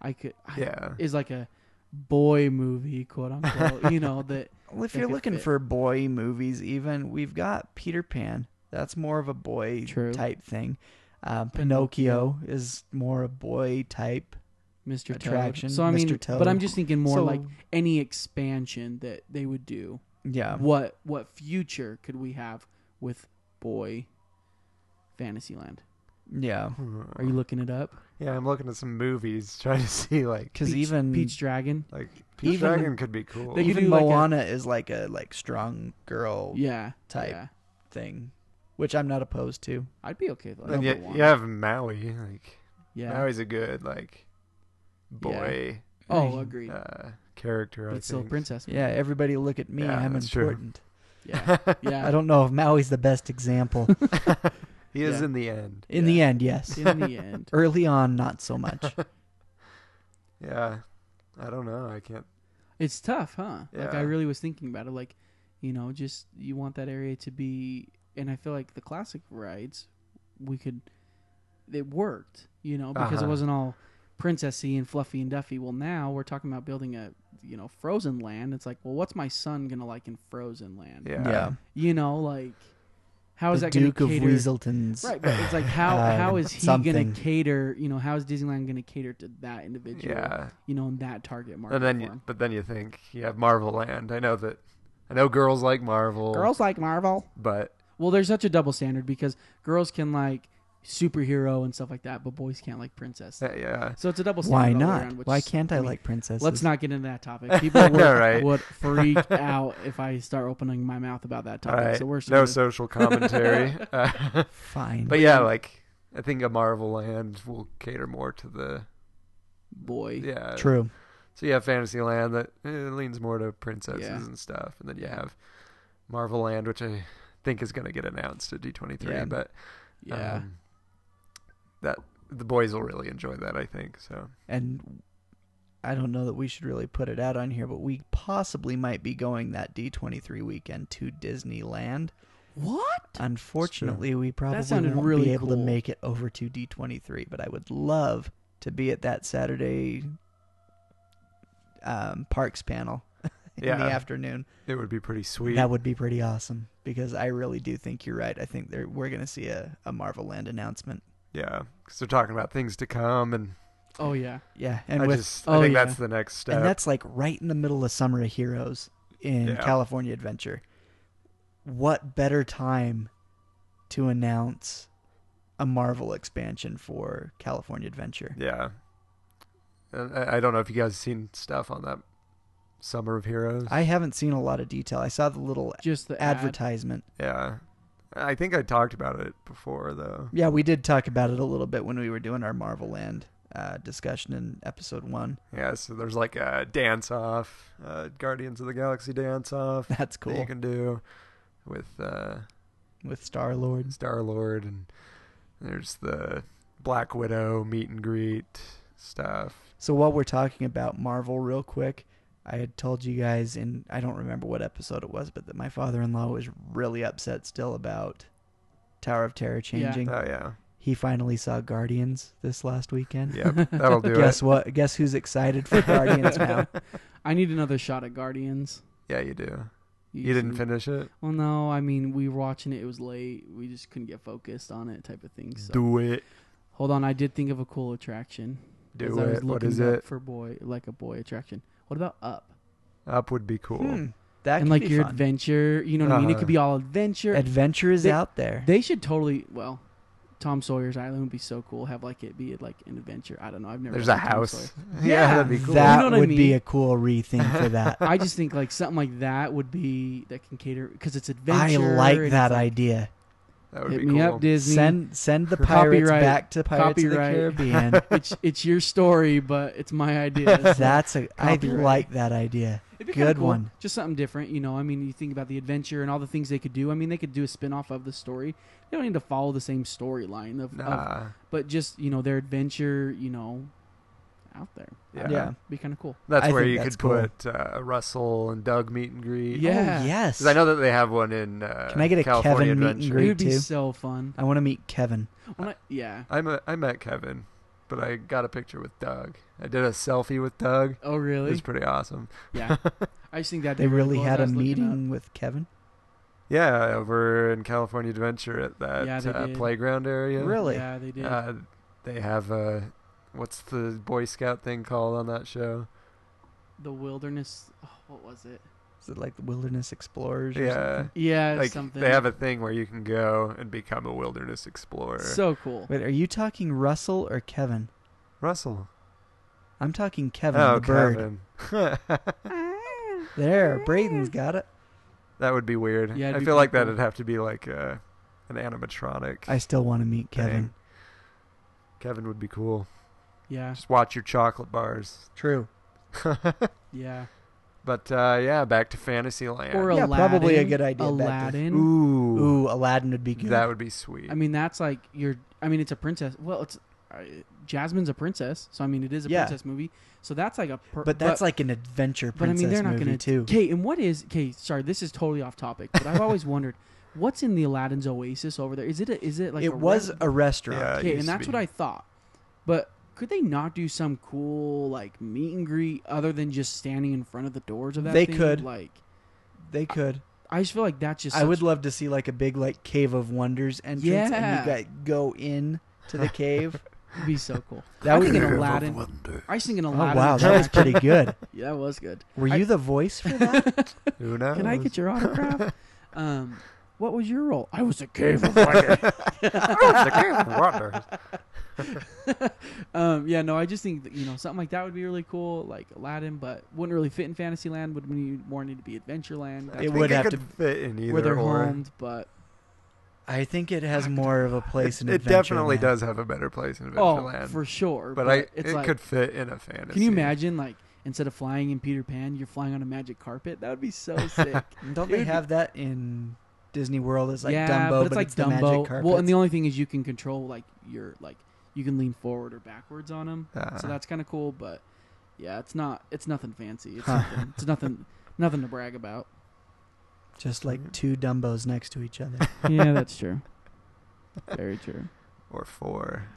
[SPEAKER 5] I could I-
[SPEAKER 4] Yeah.
[SPEAKER 5] is like a boy movie, quote unquote. you know that
[SPEAKER 6] Well, if
[SPEAKER 5] That
[SPEAKER 6] you're
[SPEAKER 5] could
[SPEAKER 6] looking
[SPEAKER 5] fit.
[SPEAKER 6] for boy movies, even we've got Peter Pan. That's more of a boy
[SPEAKER 5] True.
[SPEAKER 6] type thing. Um, Pinocchio is more a boy type.
[SPEAKER 5] Mr.
[SPEAKER 6] Attraction,
[SPEAKER 5] Toad. So I
[SPEAKER 6] Mr.
[SPEAKER 5] mean,
[SPEAKER 6] Toad.
[SPEAKER 5] but I'm just thinking more
[SPEAKER 6] So-
[SPEAKER 5] like any expansion that they would do.
[SPEAKER 6] Yeah.
[SPEAKER 5] What what future could we have with boy Fantasyland?
[SPEAKER 6] Yeah.
[SPEAKER 5] Are you looking it up?
[SPEAKER 4] Yeah, I'm looking at some movies trying to see like
[SPEAKER 6] Because
[SPEAKER 5] Peach-
[SPEAKER 6] even
[SPEAKER 5] Peach Dragon.
[SPEAKER 4] like Peach
[SPEAKER 6] Even-
[SPEAKER 4] Dragon could be cool.
[SPEAKER 5] They- could
[SPEAKER 6] even
[SPEAKER 5] do, like, a-
[SPEAKER 6] Moana is like a like strong girl
[SPEAKER 5] Yeah.
[SPEAKER 6] type.
[SPEAKER 5] Yeah.
[SPEAKER 6] thing, which I'm not opposed to.
[SPEAKER 5] I'd be okay with that.
[SPEAKER 4] and
[SPEAKER 5] Number
[SPEAKER 4] yet,
[SPEAKER 5] one.
[SPEAKER 4] you have Maui. Like
[SPEAKER 5] Yeah.
[SPEAKER 4] Maui's a good like boy
[SPEAKER 5] Oh, agreed.
[SPEAKER 4] uh, character. I
[SPEAKER 5] it's still a
[SPEAKER 4] think.
[SPEAKER 5] princess.
[SPEAKER 6] Yeah, everybody look at me.
[SPEAKER 4] Yeah,
[SPEAKER 6] I'm
[SPEAKER 4] that's true.
[SPEAKER 6] important.
[SPEAKER 5] Yeah.
[SPEAKER 6] I
[SPEAKER 5] Yeah.
[SPEAKER 6] don't know if Maui's the best example.
[SPEAKER 4] He is
[SPEAKER 5] Yeah.
[SPEAKER 4] in the end.
[SPEAKER 6] In the end, yes.
[SPEAKER 5] In the end.
[SPEAKER 6] Early on, not so much.
[SPEAKER 4] Yeah, I don't know. I can't.
[SPEAKER 5] It's tough, huh? Like
[SPEAKER 4] Yeah.
[SPEAKER 5] I really was thinking about it. Like, you know, just you want that area to be, and I feel like the classic rides, we could, it worked, you know, because it
[SPEAKER 4] Uh-huh.
[SPEAKER 5] wasn't all princessy and fluffy and duffy. Well, now we're talking about building a, you know, Frozen Land. It's like, well, what's my son gonna like in Frozen Land?
[SPEAKER 4] Yeah.
[SPEAKER 6] Yeah.
[SPEAKER 5] You know, like, how is
[SPEAKER 6] the
[SPEAKER 5] that
[SPEAKER 6] Duke
[SPEAKER 5] gonna
[SPEAKER 6] of
[SPEAKER 5] cater?
[SPEAKER 6] Weaselton's.
[SPEAKER 5] Right, but it's like how
[SPEAKER 6] Uh,
[SPEAKER 5] how is he
[SPEAKER 6] something.
[SPEAKER 5] gonna cater? You know, how is Disneyland gonna cater to that individual?
[SPEAKER 4] Yeah.
[SPEAKER 5] You know, in that target market.
[SPEAKER 4] And then,
[SPEAKER 5] for him?
[SPEAKER 4] you, but then you think you have Marvel Land. I know that. I know girls like Marvel.
[SPEAKER 5] girls like Marvel.
[SPEAKER 4] but
[SPEAKER 5] Well, there's such a double standard because girls can like superhero and stuff like that, but boys can't like princess.
[SPEAKER 4] uh, yeah,
[SPEAKER 5] So it's a double standard. all
[SPEAKER 6] Why
[SPEAKER 5] the way
[SPEAKER 6] not?
[SPEAKER 5] around, which
[SPEAKER 6] Why
[SPEAKER 5] is-
[SPEAKER 6] can't I,
[SPEAKER 5] mean,
[SPEAKER 6] like princesses?
[SPEAKER 5] Let's not get into that topic. People would,
[SPEAKER 4] Alright.
[SPEAKER 5] would freak out if I start opening my mouth about that
[SPEAKER 4] all
[SPEAKER 5] topic.
[SPEAKER 4] right.
[SPEAKER 5] So we're
[SPEAKER 4] no
[SPEAKER 5] sorta-
[SPEAKER 4] social commentary. Uh,
[SPEAKER 6] Fine.
[SPEAKER 4] but yeah, like I think a Marvel Land will cater more to the
[SPEAKER 5] boy.
[SPEAKER 4] yeah.
[SPEAKER 6] True.
[SPEAKER 4] So you have Fantasyland that eh, leans more to princesses
[SPEAKER 5] Yeah.
[SPEAKER 4] and stuff, and then you have Marvel Land, which I think is going to get announced at D23.
[SPEAKER 6] Yeah.
[SPEAKER 4] But
[SPEAKER 5] Yeah.
[SPEAKER 4] um, that the boys will really enjoy that. I think so.
[SPEAKER 6] And I don't know that we should really put it out on here, but we possibly might be going that D23 weekend to Disneyland.
[SPEAKER 5] what?
[SPEAKER 6] Uh, Unfortunately, we probably
[SPEAKER 5] sounded
[SPEAKER 6] won't
[SPEAKER 5] really
[SPEAKER 6] be able to
[SPEAKER 5] cool.
[SPEAKER 6] make it over to D23, but I would love to be at that Saturday um, parks panel in
[SPEAKER 4] Yeah.
[SPEAKER 6] the afternoon.
[SPEAKER 4] It would be pretty sweet.
[SPEAKER 6] That would be pretty awesome because I really do think you're right. I think there we're going to see a, a Marvel Land announcement.
[SPEAKER 4] Yeah, because they're talking about things to come, and
[SPEAKER 5] Oh yeah.
[SPEAKER 6] Yeah, and
[SPEAKER 4] I
[SPEAKER 6] with
[SPEAKER 4] just
[SPEAKER 5] oh,
[SPEAKER 4] I think
[SPEAKER 5] yeah.
[SPEAKER 4] that's the next step.
[SPEAKER 6] and that's like right in the middle of Summer of Heroes in
[SPEAKER 4] Yeah.
[SPEAKER 6] California Adventure. What better time to announce a Marvel expansion for California Adventure?
[SPEAKER 4] yeah. And I I don't know if you guys seen stuff on that Summer of Heroes.
[SPEAKER 6] I haven't seen a lot of detail. I saw the little
[SPEAKER 5] Just the ad.
[SPEAKER 6] advertisement.
[SPEAKER 4] yeah, I think I talked about it before though.
[SPEAKER 6] Yeah, we did talk about it a little bit when we were doing our Marvel Land uh, discussion in episode one.
[SPEAKER 4] Yeah, so there's like a dance off, uh, Guardians of the Galaxy dance off
[SPEAKER 6] That's
[SPEAKER 4] that you
[SPEAKER 6] cool
[SPEAKER 4] can do with uh,
[SPEAKER 6] with Star Lord.
[SPEAKER 4] Star Lord, and there's the Black Widow meet and greet stuff.
[SPEAKER 6] So while we're talking about Marvel, real quick, I had told you guys in I don't remember what episode it was, but that my father-in-law was really upset still about Tower of Terror changing.
[SPEAKER 4] Oh yeah,
[SPEAKER 6] He finally saw Guardians this last weekend.
[SPEAKER 4] yep, that'll do
[SPEAKER 6] Guess
[SPEAKER 4] it.
[SPEAKER 6] what? Guess who's excited for Guardians now?
[SPEAKER 5] I need another shot at Guardians.
[SPEAKER 4] Yeah, you do. You didn't finish it.
[SPEAKER 5] Well, no. I mean, we were watching it. It was late. We just couldn't get focused on it, type of thing. So
[SPEAKER 4] Do it.
[SPEAKER 5] Hold on, I did think of a cool attraction.
[SPEAKER 4] Do
[SPEAKER 5] As I was
[SPEAKER 4] it. What
[SPEAKER 5] looking
[SPEAKER 4] is
[SPEAKER 5] up
[SPEAKER 4] it?
[SPEAKER 5] for boy? Like a boy attraction. What about up?
[SPEAKER 4] Up would be cool.
[SPEAKER 6] Hmm, that
[SPEAKER 5] and
[SPEAKER 6] could
[SPEAKER 5] like
[SPEAKER 6] be
[SPEAKER 5] your
[SPEAKER 6] fun.
[SPEAKER 5] adventure, you know what I mean? It
[SPEAKER 4] Uh-huh.
[SPEAKER 5] could be all adventure.
[SPEAKER 6] adventure is
[SPEAKER 5] They-
[SPEAKER 6] out there.
[SPEAKER 5] they should totally. Well, Tom Sawyer's Island would be so cool. Have like it be like an adventure. I don't know. I've never.
[SPEAKER 4] There's
[SPEAKER 5] been
[SPEAKER 4] a
[SPEAKER 5] to Tom
[SPEAKER 4] house.
[SPEAKER 5] Sawyer.
[SPEAKER 4] Yeah,
[SPEAKER 5] Yeah,
[SPEAKER 4] that'd be cool.
[SPEAKER 6] That
[SPEAKER 5] You know what I
[SPEAKER 6] would be
[SPEAKER 5] mean?
[SPEAKER 6] a cool rethink for that.
[SPEAKER 5] I just think like something like that would be that can cater because it's adventure.
[SPEAKER 6] I
[SPEAKER 5] and
[SPEAKER 6] like
[SPEAKER 5] it's,
[SPEAKER 6] that
[SPEAKER 5] like,
[SPEAKER 6] idea.
[SPEAKER 4] That would
[SPEAKER 5] Hit
[SPEAKER 4] be
[SPEAKER 5] me
[SPEAKER 4] cool.
[SPEAKER 5] up, Disney.
[SPEAKER 6] Send send the pirates
[SPEAKER 5] Copyright.
[SPEAKER 6] back to Pirates
[SPEAKER 5] Copyright.
[SPEAKER 6] of the Caribbean.
[SPEAKER 5] it's it's your story, but it's my idea. so
[SPEAKER 6] That's a I
[SPEAKER 5] Copyright.
[SPEAKER 6] like that idea.
[SPEAKER 5] it'd be kinda
[SPEAKER 6] Good
[SPEAKER 5] cool.
[SPEAKER 6] one.
[SPEAKER 5] Just something different, you know. I mean, you think about the adventure and all the things they could do. I mean, they could do a spin-off of the story. They don't need to follow the same storyline of, of
[SPEAKER 4] Nah,
[SPEAKER 5] but just, you know, their adventure, you know, out there.
[SPEAKER 4] yeah.
[SPEAKER 6] Yeah.
[SPEAKER 5] Be kind of cool.
[SPEAKER 4] That's
[SPEAKER 6] I
[SPEAKER 4] where
[SPEAKER 6] think
[SPEAKER 4] you
[SPEAKER 6] that's
[SPEAKER 4] could
[SPEAKER 6] cool.
[SPEAKER 4] put uh, Russell and Doug meet and greet.
[SPEAKER 5] Yeah.
[SPEAKER 6] Oh, yes.
[SPEAKER 4] 'Cause I know that they have one in uh,
[SPEAKER 6] Can I get a
[SPEAKER 4] California
[SPEAKER 6] Kevin meet and
[SPEAKER 4] Adventure.
[SPEAKER 5] It
[SPEAKER 6] Great
[SPEAKER 5] would be
[SPEAKER 6] too.
[SPEAKER 5] so fun.
[SPEAKER 6] I want to meet Kevin.
[SPEAKER 5] When I- yeah.
[SPEAKER 4] I met I met Kevin, but I got a picture with Doug. I did a selfie with Doug. It
[SPEAKER 5] Oh,
[SPEAKER 4] was
[SPEAKER 5] really?
[SPEAKER 4] pretty awesome.
[SPEAKER 5] yeah. I just think that
[SPEAKER 6] They really had a
[SPEAKER 5] a
[SPEAKER 6] meeting with Kevin.
[SPEAKER 4] Yeah, over in California Adventure at that
[SPEAKER 5] Yeah, they
[SPEAKER 4] uh,
[SPEAKER 5] did.
[SPEAKER 4] playground area.
[SPEAKER 6] Really?
[SPEAKER 5] Yeah, they did.
[SPEAKER 4] Uh, they have a what's the Boy Scout thing called on that show?
[SPEAKER 5] the wilderness. Oh, what was it?
[SPEAKER 6] Is it like the Wilderness Explorers? Or
[SPEAKER 4] Yeah,
[SPEAKER 6] something?
[SPEAKER 5] Yeah,
[SPEAKER 4] like
[SPEAKER 5] something.
[SPEAKER 4] they have a thing where you can go and become a wilderness explorer.
[SPEAKER 5] so cool.
[SPEAKER 6] Wait, are you talking Russell or Kevin?
[SPEAKER 4] Russell,
[SPEAKER 6] I'm talking Kevin
[SPEAKER 4] oh
[SPEAKER 6] the bird.
[SPEAKER 4] Kevin,
[SPEAKER 6] There, Braden's got it.
[SPEAKER 4] that would be weird.
[SPEAKER 5] Yeah, it'd
[SPEAKER 4] I
[SPEAKER 5] be
[SPEAKER 4] feel like
[SPEAKER 5] pretty cool.
[SPEAKER 4] that'd have to be like uh, an animatronic.
[SPEAKER 6] I still want to meet Kevin.
[SPEAKER 4] thing. Kevin would be cool.
[SPEAKER 5] Yeah,
[SPEAKER 4] Just watch your chocolate bars.
[SPEAKER 6] True.
[SPEAKER 5] yeah.
[SPEAKER 4] But uh, yeah, back to Fantasyland.
[SPEAKER 5] Or
[SPEAKER 6] Yeah,
[SPEAKER 5] Aladdin.
[SPEAKER 6] probably a good idea back then.
[SPEAKER 5] Aladdin.
[SPEAKER 4] ooh,
[SPEAKER 6] Ooh, Aladdin would be good.
[SPEAKER 4] that would be sweet.
[SPEAKER 5] I mean, that's like your. I mean, it's a princess. Well, it's uh, Jasmine's a princess, so I mean, it is a
[SPEAKER 6] Yeah.
[SPEAKER 5] princess movie. So that's like a. Per-
[SPEAKER 6] but that's like an adventure
[SPEAKER 5] But I
[SPEAKER 6] princess
[SPEAKER 5] mean, they're not
[SPEAKER 6] movie
[SPEAKER 5] going to
[SPEAKER 6] too.
[SPEAKER 5] Okay, and what is? Okay, sorry, this is totally off topic, but I've always wondered what's in the Aladdin's Oasis over there. Is it? A, is it like
[SPEAKER 6] it
[SPEAKER 5] a
[SPEAKER 6] was
[SPEAKER 5] red-
[SPEAKER 6] a restaurant.
[SPEAKER 4] yeah, it
[SPEAKER 5] okay,
[SPEAKER 4] used
[SPEAKER 5] and
[SPEAKER 4] to
[SPEAKER 5] that's
[SPEAKER 4] be.
[SPEAKER 5] what I thought. But could they not do some cool like meet and greet other than just standing in front of the doors of that?
[SPEAKER 6] They
[SPEAKER 5] thing?
[SPEAKER 6] could.
[SPEAKER 5] Like,
[SPEAKER 6] They could.
[SPEAKER 5] I just feel like that's just.
[SPEAKER 6] I
[SPEAKER 5] such-
[SPEAKER 6] would love to see like a big like cave of wonders entrance,
[SPEAKER 5] Yeah.
[SPEAKER 6] and you got go in to the cave.
[SPEAKER 5] it'd be so cool.
[SPEAKER 6] That
[SPEAKER 5] I
[SPEAKER 6] would
[SPEAKER 5] think
[SPEAKER 6] be
[SPEAKER 5] an
[SPEAKER 6] cool.
[SPEAKER 5] Aladdin. I think an
[SPEAKER 6] Oh
[SPEAKER 5] Aladdin.
[SPEAKER 6] wow, that was
[SPEAKER 5] attraction-
[SPEAKER 6] pretty good.
[SPEAKER 5] Yeah, it was good.
[SPEAKER 6] Were you the voice for that?
[SPEAKER 4] Who knows?
[SPEAKER 5] Can I get your autograph? um, what was your role? I was a cave of wonder.
[SPEAKER 4] the Kevin Wonders.
[SPEAKER 5] um, yeah, no, I just think that, you know something like that would be really cool, like Aladdin, but wouldn't really fit in Fantasyland. Would need more need to be Adventureland,
[SPEAKER 4] I
[SPEAKER 5] that's
[SPEAKER 6] It
[SPEAKER 4] think
[SPEAKER 6] would have
[SPEAKER 4] could
[SPEAKER 6] to-
[SPEAKER 4] fit in either
[SPEAKER 5] where they're
[SPEAKER 4] or.
[SPEAKER 5] homed. But
[SPEAKER 6] I think it has more of a place in
[SPEAKER 4] It, it definitely
[SPEAKER 6] Adventureland.
[SPEAKER 4] does have a better place in
[SPEAKER 5] oh,
[SPEAKER 4] Adventureland.
[SPEAKER 5] for sure.
[SPEAKER 4] but I,
[SPEAKER 5] it's
[SPEAKER 4] it
[SPEAKER 5] like,
[SPEAKER 4] could fit in a fantasy.
[SPEAKER 5] Can you imagine like instead of flying in Peter Pan, you're flying on a magic carpet? That would be so sick.
[SPEAKER 6] Don't
[SPEAKER 5] It
[SPEAKER 6] they
[SPEAKER 5] would be-
[SPEAKER 6] have that in Disney World? It's like
[SPEAKER 5] yeah,
[SPEAKER 6] Dumbo,
[SPEAKER 5] but it's like
[SPEAKER 6] the
[SPEAKER 5] Dumbo.
[SPEAKER 6] magic carpet.
[SPEAKER 5] well, and the only thing is you can control like your like you can lean forward or backwards on them, so
[SPEAKER 4] Uh-huh.
[SPEAKER 5] that's kind of cool. But yeah, it's not it's nothing fancy. It's
[SPEAKER 6] Huh.
[SPEAKER 5] nothing, it's nothing nothing to brag about.
[SPEAKER 6] just
[SPEAKER 4] Mm.
[SPEAKER 6] like two Dumbos next to each other.
[SPEAKER 5] yeah, that's true. Very true.
[SPEAKER 4] Or four.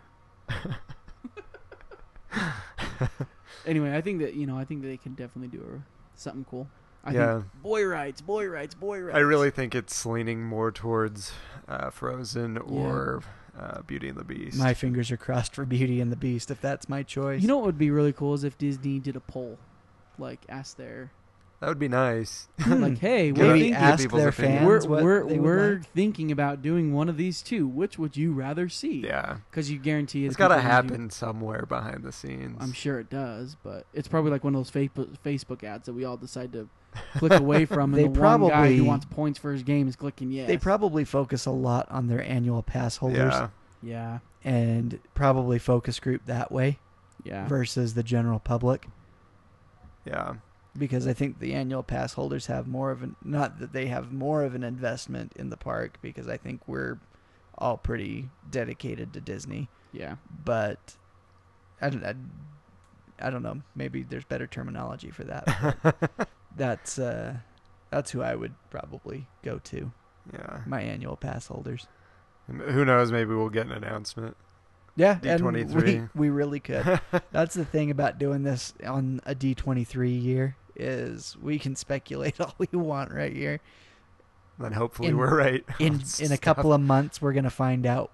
[SPEAKER 5] Anyway, I think that you know I think that they can definitely do a, something cool. I
[SPEAKER 4] Yeah.
[SPEAKER 5] think boy rides, boy rides, boy rides.
[SPEAKER 4] I really think it's leaning more towards uh, Frozen or uh, Beauty and the Beast.
[SPEAKER 6] my fingers are crossed for Beauty and the Beast if that's my choice.
[SPEAKER 5] You know what would be really cool is if Disney did a poll, like ask their
[SPEAKER 4] that would be nice.
[SPEAKER 5] like, hey,
[SPEAKER 4] Give
[SPEAKER 5] we're
[SPEAKER 4] it-
[SPEAKER 6] maybe
[SPEAKER 5] thinking,
[SPEAKER 6] ask
[SPEAKER 4] people's
[SPEAKER 6] their
[SPEAKER 4] opinion.
[SPEAKER 6] fans
[SPEAKER 5] we're,
[SPEAKER 6] what
[SPEAKER 5] we're,
[SPEAKER 6] they would
[SPEAKER 5] we're
[SPEAKER 6] like.
[SPEAKER 5] thinking about doing one of these two. Which would you rather see?
[SPEAKER 4] yeah,
[SPEAKER 5] because you guarantee
[SPEAKER 4] it's
[SPEAKER 5] that people
[SPEAKER 4] got to
[SPEAKER 5] are gonna do-
[SPEAKER 4] happen somewhere behind the scenes.
[SPEAKER 5] I'm sure it does, but it's probably like one of those Facebook Facebook ads that we all decide to click away from, and
[SPEAKER 6] They
[SPEAKER 5] the one guy
[SPEAKER 6] probably-
[SPEAKER 5] who wants points for his game is clicking yes.
[SPEAKER 6] They probably focus a lot on their annual pass holders
[SPEAKER 4] Yeah,
[SPEAKER 5] yeah
[SPEAKER 6] and probably focus group that way
[SPEAKER 5] yeah
[SPEAKER 6] versus the general public
[SPEAKER 4] yeah.
[SPEAKER 6] because I think the annual pass holders have more of an not that they have more of an investment in the park because I think we're all pretty dedicated to Disney,
[SPEAKER 5] yeah.
[SPEAKER 6] but I don't I, I don't know maybe there's better terminology for that. but that's uh, that's who I would probably go to
[SPEAKER 4] Yeah.
[SPEAKER 6] my annual pass holders.
[SPEAKER 4] And Who knows? Maybe we'll get an announcement.
[SPEAKER 6] Yeah, and we,
[SPEAKER 4] D23.
[SPEAKER 6] we really could. That's the thing about doing this on a D23 year is we can speculate all we want right here.
[SPEAKER 4] Then hopefully
[SPEAKER 6] In-
[SPEAKER 4] we're right.
[SPEAKER 6] In
[SPEAKER 4] on
[SPEAKER 6] in a
[SPEAKER 4] stuff.
[SPEAKER 6] couple of months we're going to find out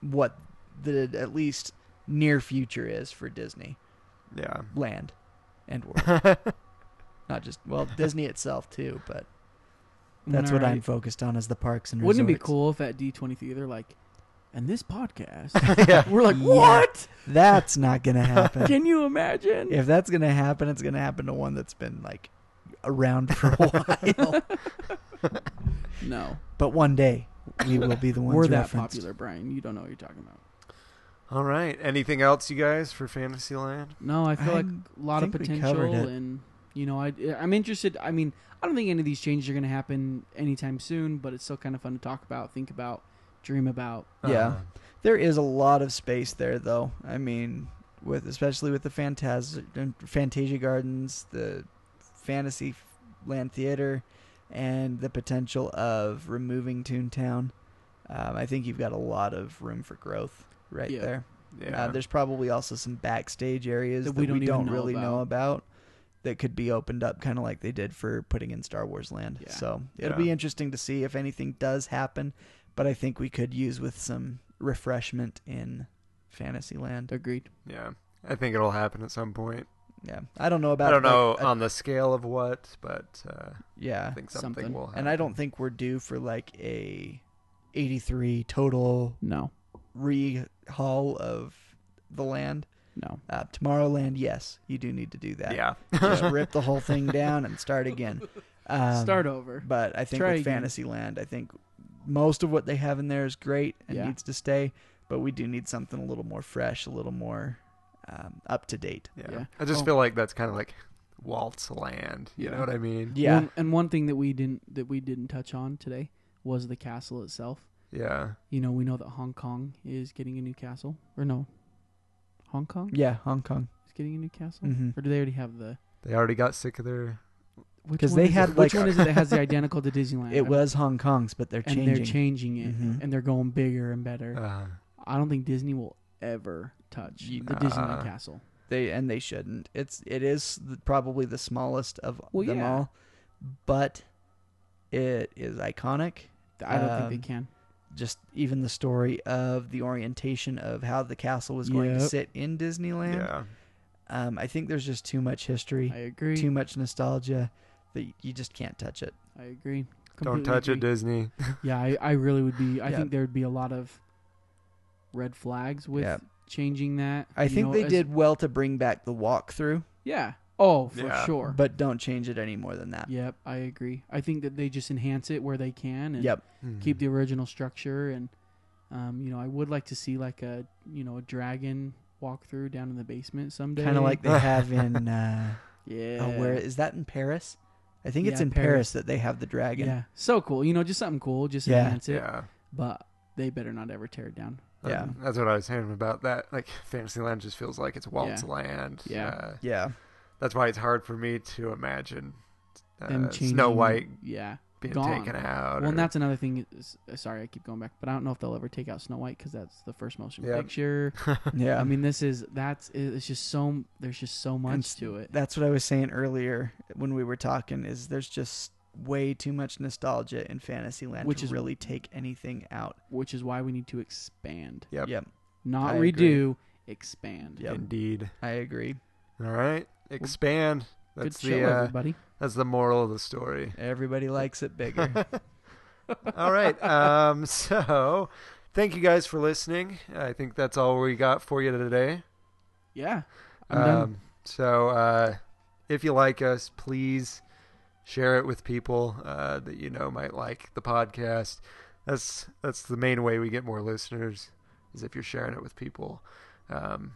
[SPEAKER 6] what the at least near future is for Disney
[SPEAKER 4] Yeah.
[SPEAKER 6] land and world. Not just well, Disney itself too, but that's what I'm
[SPEAKER 5] Alright.
[SPEAKER 6] focused on is the parks and
[SPEAKER 5] Wouldn't it be
[SPEAKER 6] resorts.
[SPEAKER 5] cool if at D23 they're like, and this podcast,
[SPEAKER 4] yeah.
[SPEAKER 5] we're like,
[SPEAKER 6] Yeah.
[SPEAKER 5] what?
[SPEAKER 6] That's not going to happen.
[SPEAKER 5] Can you imagine?
[SPEAKER 6] if that's gonna happen, it's gonna happen to one that's been like around for a while.
[SPEAKER 5] No.
[SPEAKER 6] but one day, we will be the ones
[SPEAKER 5] We're that
[SPEAKER 6] referenced.
[SPEAKER 5] popular, Brian. You don't know what you're talking about.
[SPEAKER 4] All right. Anything else, you guys, for Fantasyland?
[SPEAKER 5] No, I feel like
[SPEAKER 6] I'm-
[SPEAKER 5] a lot of
[SPEAKER 6] think we covered
[SPEAKER 5] potential,
[SPEAKER 6] it.
[SPEAKER 5] and you know, I I'm interested. I mean, I don't think any of these changes are going to happen anytime soon, but it's still kind of fun to talk about, think about, dream about.
[SPEAKER 6] Yeah.
[SPEAKER 4] Uh,
[SPEAKER 6] There is a lot of space there, though. I mean, with especially with the Fantas- Fantasia Gardens, the Fantasy Land Theater, and the potential of removing Toontown, um, I think you've got a lot of room for growth right
[SPEAKER 5] Yeah.
[SPEAKER 6] there.
[SPEAKER 4] Yeah.
[SPEAKER 6] Uh, there's probably also some backstage areas that,
[SPEAKER 5] That we
[SPEAKER 6] we
[SPEAKER 5] don't even
[SPEAKER 6] don't
[SPEAKER 5] know
[SPEAKER 6] really know about that could be opened up, kind of like they did for putting in Star Wars Land.
[SPEAKER 5] Yeah.
[SPEAKER 6] So it'll
[SPEAKER 4] Yeah.
[SPEAKER 6] be interesting to see if anything does happen, but I think we could use with some refreshment in Fantasyland.
[SPEAKER 5] Agreed.
[SPEAKER 4] yeah. I think it'll happen at some point.
[SPEAKER 6] Yeah, I don't know about.
[SPEAKER 4] I don't
[SPEAKER 6] like,
[SPEAKER 4] know
[SPEAKER 6] a-
[SPEAKER 4] on the scale of what, but uh,
[SPEAKER 6] yeah,
[SPEAKER 4] I think something,
[SPEAKER 5] Something.
[SPEAKER 4] will happen.
[SPEAKER 6] and I don't think we're due for like a 83 total
[SPEAKER 5] No,
[SPEAKER 6] rehaul of the land.
[SPEAKER 5] no.
[SPEAKER 6] Uh, Tomorrowland, yes, you do need to do that.
[SPEAKER 4] Yeah.
[SPEAKER 6] just rip the whole thing down and start again. Um,
[SPEAKER 5] Start over.
[SPEAKER 6] But I think
[SPEAKER 5] Try
[SPEAKER 6] with
[SPEAKER 5] again.
[SPEAKER 6] Fantasyland, I think most of what they have in there is great and
[SPEAKER 5] Yeah.
[SPEAKER 6] needs to stay. But we do need something a little more fresh, a little more um, up to date.
[SPEAKER 4] Yeah.
[SPEAKER 5] Yeah.
[SPEAKER 4] I just
[SPEAKER 5] Oh.
[SPEAKER 4] feel like that's kind of like Walt's land. You
[SPEAKER 5] Yeah.
[SPEAKER 4] know what I mean?
[SPEAKER 6] Yeah,
[SPEAKER 5] One- and one thing that we didn't that we didn't touch on today was the castle itself.
[SPEAKER 4] Yeah.
[SPEAKER 5] You know, we know that Hong Kong is getting a new castle, or no, Hong Kong
[SPEAKER 6] yeah, Hong Kong.
[SPEAKER 5] is getting a new castle,
[SPEAKER 6] Mhm.
[SPEAKER 5] or do they already have the?
[SPEAKER 4] They already got sick of their.
[SPEAKER 5] which
[SPEAKER 6] 'Cause
[SPEAKER 5] one
[SPEAKER 6] they
[SPEAKER 5] is
[SPEAKER 6] had,
[SPEAKER 5] it,
[SPEAKER 6] like,
[SPEAKER 5] which one is it that has the identical to Disneyland?
[SPEAKER 6] It
[SPEAKER 5] I'm-
[SPEAKER 6] was Hong Kong's, but they're
[SPEAKER 5] and
[SPEAKER 6] changing.
[SPEAKER 5] they're changing it
[SPEAKER 6] Mhm.
[SPEAKER 5] and they're going bigger and better.
[SPEAKER 4] Uh,
[SPEAKER 5] I don't think Disney will ever touch
[SPEAKER 6] Ye-
[SPEAKER 5] the Disneyland
[SPEAKER 4] Nah.
[SPEAKER 5] Castle.
[SPEAKER 6] They and they shouldn't. It's it is the, probably the smallest of
[SPEAKER 5] Well,
[SPEAKER 6] them
[SPEAKER 5] yeah.
[SPEAKER 6] all, but it is iconic.
[SPEAKER 5] I don't think
[SPEAKER 6] Um,
[SPEAKER 5] they can.
[SPEAKER 6] just even the story of the orientation of how the castle was going to
[SPEAKER 5] Yep.
[SPEAKER 6] sit in Disneyland.
[SPEAKER 4] yeah.
[SPEAKER 6] Um, I think there's just too much history,
[SPEAKER 5] I agree.
[SPEAKER 6] too much nostalgia that y- you just can't touch it.
[SPEAKER 5] I agree.
[SPEAKER 4] Don't
[SPEAKER 5] Completely
[SPEAKER 4] touch it,
[SPEAKER 5] agree.
[SPEAKER 4] Disney.
[SPEAKER 5] Yeah, I, I really would be. I
[SPEAKER 6] Yeah.
[SPEAKER 5] think there would be a lot of red flags with
[SPEAKER 6] Yeah.
[SPEAKER 5] changing that.
[SPEAKER 6] I
[SPEAKER 5] you
[SPEAKER 6] think
[SPEAKER 5] know,
[SPEAKER 6] they
[SPEAKER 5] as-
[SPEAKER 6] did well to bring back the walkthrough,
[SPEAKER 5] Yeah. Oh, for
[SPEAKER 4] Yeah.
[SPEAKER 5] sure.
[SPEAKER 6] but don't change it any more than that.
[SPEAKER 5] yep, I agree. I think that they just enhance it where they can and
[SPEAKER 6] Yep.
[SPEAKER 4] Hmm.
[SPEAKER 6] Mm-hmm.
[SPEAKER 5] keep the original structure. And um, you know, I would like to see like a you know a dragon walk through down in the basement someday.
[SPEAKER 6] Kind of like they have in uh,
[SPEAKER 5] yeah.
[SPEAKER 6] oh, where is that in Paris? I think it's
[SPEAKER 5] Yeah,
[SPEAKER 6] in Paris.
[SPEAKER 5] Paris.
[SPEAKER 6] that they have the dragon.
[SPEAKER 5] Yeah, so cool. You know, just something cool, just
[SPEAKER 6] Yeah.
[SPEAKER 5] enhance it.
[SPEAKER 4] Yeah.
[SPEAKER 5] But they better not ever tear it down.
[SPEAKER 4] That's-
[SPEAKER 6] Yeah.
[SPEAKER 4] That's what I was saying about that. Like, Fantasyland just feels like it's Walt's
[SPEAKER 5] Yeah.
[SPEAKER 4] land.
[SPEAKER 5] Yeah.
[SPEAKER 4] Uh,
[SPEAKER 6] Yeah.
[SPEAKER 4] that's why it's hard for me to imagine
[SPEAKER 5] Them
[SPEAKER 4] uh,
[SPEAKER 5] changing,
[SPEAKER 4] Snow White
[SPEAKER 5] Yeah.
[SPEAKER 4] being
[SPEAKER 5] gone.
[SPEAKER 4] taken out.
[SPEAKER 5] Well,
[SPEAKER 4] or-
[SPEAKER 5] and that's another thing. Is, uh, sorry, I keep going back, but I don't know if they'll ever take out Snow White because that's the first motion
[SPEAKER 4] Yeah.
[SPEAKER 5] picture.
[SPEAKER 6] Yeah.
[SPEAKER 5] I mean, this is that's it's just so there's just so much
[SPEAKER 6] And s-
[SPEAKER 5] to it.
[SPEAKER 6] That's what I was saying earlier when we were talking. Is there's just way too much nostalgia in Fantasyland
[SPEAKER 5] Which
[SPEAKER 6] to
[SPEAKER 5] is-
[SPEAKER 6] really take anything out.
[SPEAKER 5] which is why we need to expand,
[SPEAKER 4] Yep.
[SPEAKER 6] Yep,
[SPEAKER 5] not
[SPEAKER 6] I
[SPEAKER 5] redo, expand.
[SPEAKER 6] Yep.
[SPEAKER 4] Indeed.
[SPEAKER 6] I agree.
[SPEAKER 4] All right. Expand. That's
[SPEAKER 5] Good show,
[SPEAKER 4] the uh,
[SPEAKER 5] everybody.
[SPEAKER 4] that's the moral of the story.
[SPEAKER 6] Everybody likes it bigger.
[SPEAKER 4] all right. Um, so, thank you guys for listening. I think that's all we got for you today.
[SPEAKER 5] Yeah. I'm done.
[SPEAKER 4] Um, so, uh, if you like us, please share it with people uh, that you know might like the podcast. That's that's the main way we get more listeners is if you're sharing it with people. Um,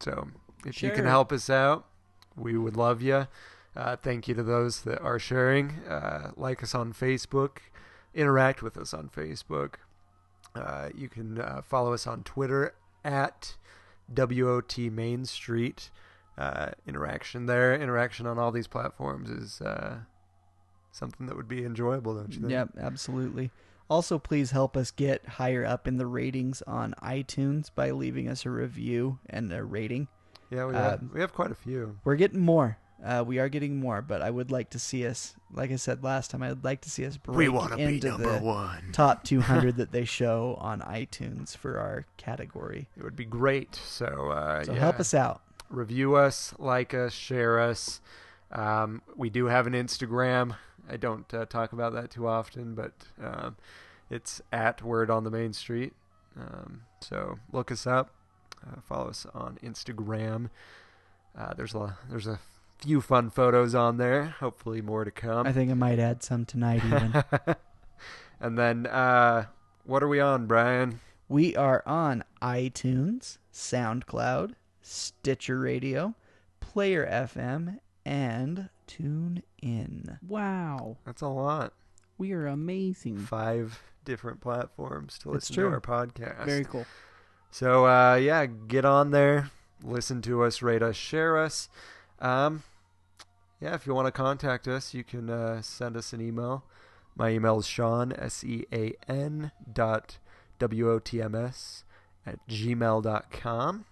[SPEAKER 4] so, if you can
[SPEAKER 5] Share.
[SPEAKER 4] help us out, we would love you. Uh, thank you to those that are sharing. Uh, like us on Facebook. Interact with us on Facebook. Uh, you can uh, follow us on Twitter at WOT Main Street. Uh, interaction there, interaction on all these platforms is uh, something that would be enjoyable, don't you think?
[SPEAKER 6] yep, absolutely. Also, please help us get higher up in the ratings on iTunes by leaving us a review and a rating.
[SPEAKER 4] Yeah, we have,
[SPEAKER 6] Um,
[SPEAKER 4] we have quite a few.
[SPEAKER 6] We're getting more. Uh, we are getting more, but I would like to see us, like I said last time, I'd like to see us break
[SPEAKER 2] wanna
[SPEAKER 6] into the
[SPEAKER 2] one.
[SPEAKER 6] top 200 that they show on iTunes for our category.
[SPEAKER 4] It would be great. So, uh,
[SPEAKER 6] So
[SPEAKER 4] yeah.
[SPEAKER 6] help us out.
[SPEAKER 4] Review us, like us, share us. Um, we do have an Instagram. I don't uh, talk about that too often, but um, it's at Word on the Main Street. Um, so look us up. Uh, follow us on Instagram. Uh, there's a there's a few fun photos on there. Hopefully more to come.
[SPEAKER 6] I think I might add some tonight even.
[SPEAKER 4] And then, uh, what are we on, Brian?
[SPEAKER 6] We are on iTunes, SoundCloud, Stitcher Radio, Player FM, and TuneIn.
[SPEAKER 5] Wow,
[SPEAKER 4] That's a lot.
[SPEAKER 5] we are amazing.
[SPEAKER 4] Five different platforms to
[SPEAKER 6] That's
[SPEAKER 4] listen
[SPEAKER 6] true.
[SPEAKER 4] to our podcast.
[SPEAKER 5] Very cool.
[SPEAKER 4] So uh, yeah, get on there, listen to us, rate us, share us. Um, yeah, if you want to contact us, you can uh, send us an email. My email is Sean S E A N dot W O T M S at gmail dot com.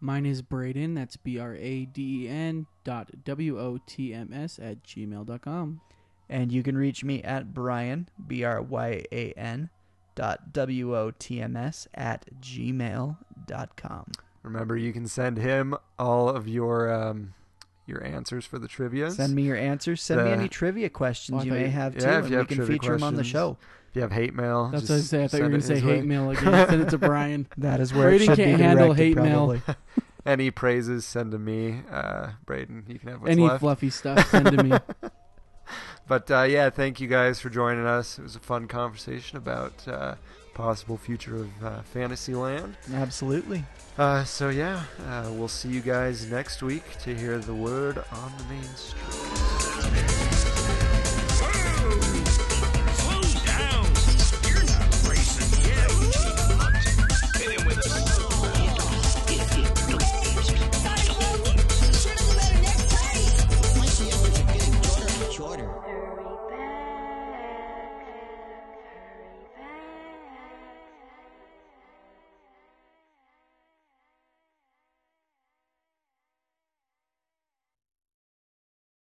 [SPEAKER 5] Mine is Braden. That's B R A D E N dot W O T M S at gmail dot com.
[SPEAKER 6] And you can reach me at Brian, B R Y A N, dot W O T M S at gmail dot com.
[SPEAKER 4] Remember, you can send him all of your um, your answers for the trivia.
[SPEAKER 6] Send me your answers. Send me
[SPEAKER 4] The-
[SPEAKER 6] any trivia questions
[SPEAKER 5] Well, I
[SPEAKER 6] you
[SPEAKER 5] thought
[SPEAKER 6] may
[SPEAKER 5] you-
[SPEAKER 6] have,
[SPEAKER 4] Yeah, if
[SPEAKER 6] too, and
[SPEAKER 4] you
[SPEAKER 6] we
[SPEAKER 4] have
[SPEAKER 6] can
[SPEAKER 4] trivia
[SPEAKER 6] feature them on the
[SPEAKER 4] questions.
[SPEAKER 6] show.
[SPEAKER 4] if you have hate mail.
[SPEAKER 5] That's
[SPEAKER 4] just
[SPEAKER 5] what I say. I thought you were
[SPEAKER 4] send
[SPEAKER 5] gonna
[SPEAKER 4] it
[SPEAKER 5] say
[SPEAKER 4] his
[SPEAKER 5] hate
[SPEAKER 4] way.
[SPEAKER 5] mail again. I said it to Brian.
[SPEAKER 6] That is where
[SPEAKER 5] Braden
[SPEAKER 6] it should
[SPEAKER 5] can't
[SPEAKER 6] be
[SPEAKER 5] handle
[SPEAKER 6] directed,
[SPEAKER 5] hate mail.
[SPEAKER 6] probably.
[SPEAKER 4] Any praises, send to me, uh, Braden. You can have what's
[SPEAKER 5] Any
[SPEAKER 4] left.
[SPEAKER 5] fluffy stuff, send to me.
[SPEAKER 4] But uh, yeah, thank you guys for joining us. It was a fun conversation about uh, possible future of uh, Fantasyland.
[SPEAKER 6] Absolutely.
[SPEAKER 4] Uh, so yeah, uh, we'll see you guys next week to hear the word on the main street.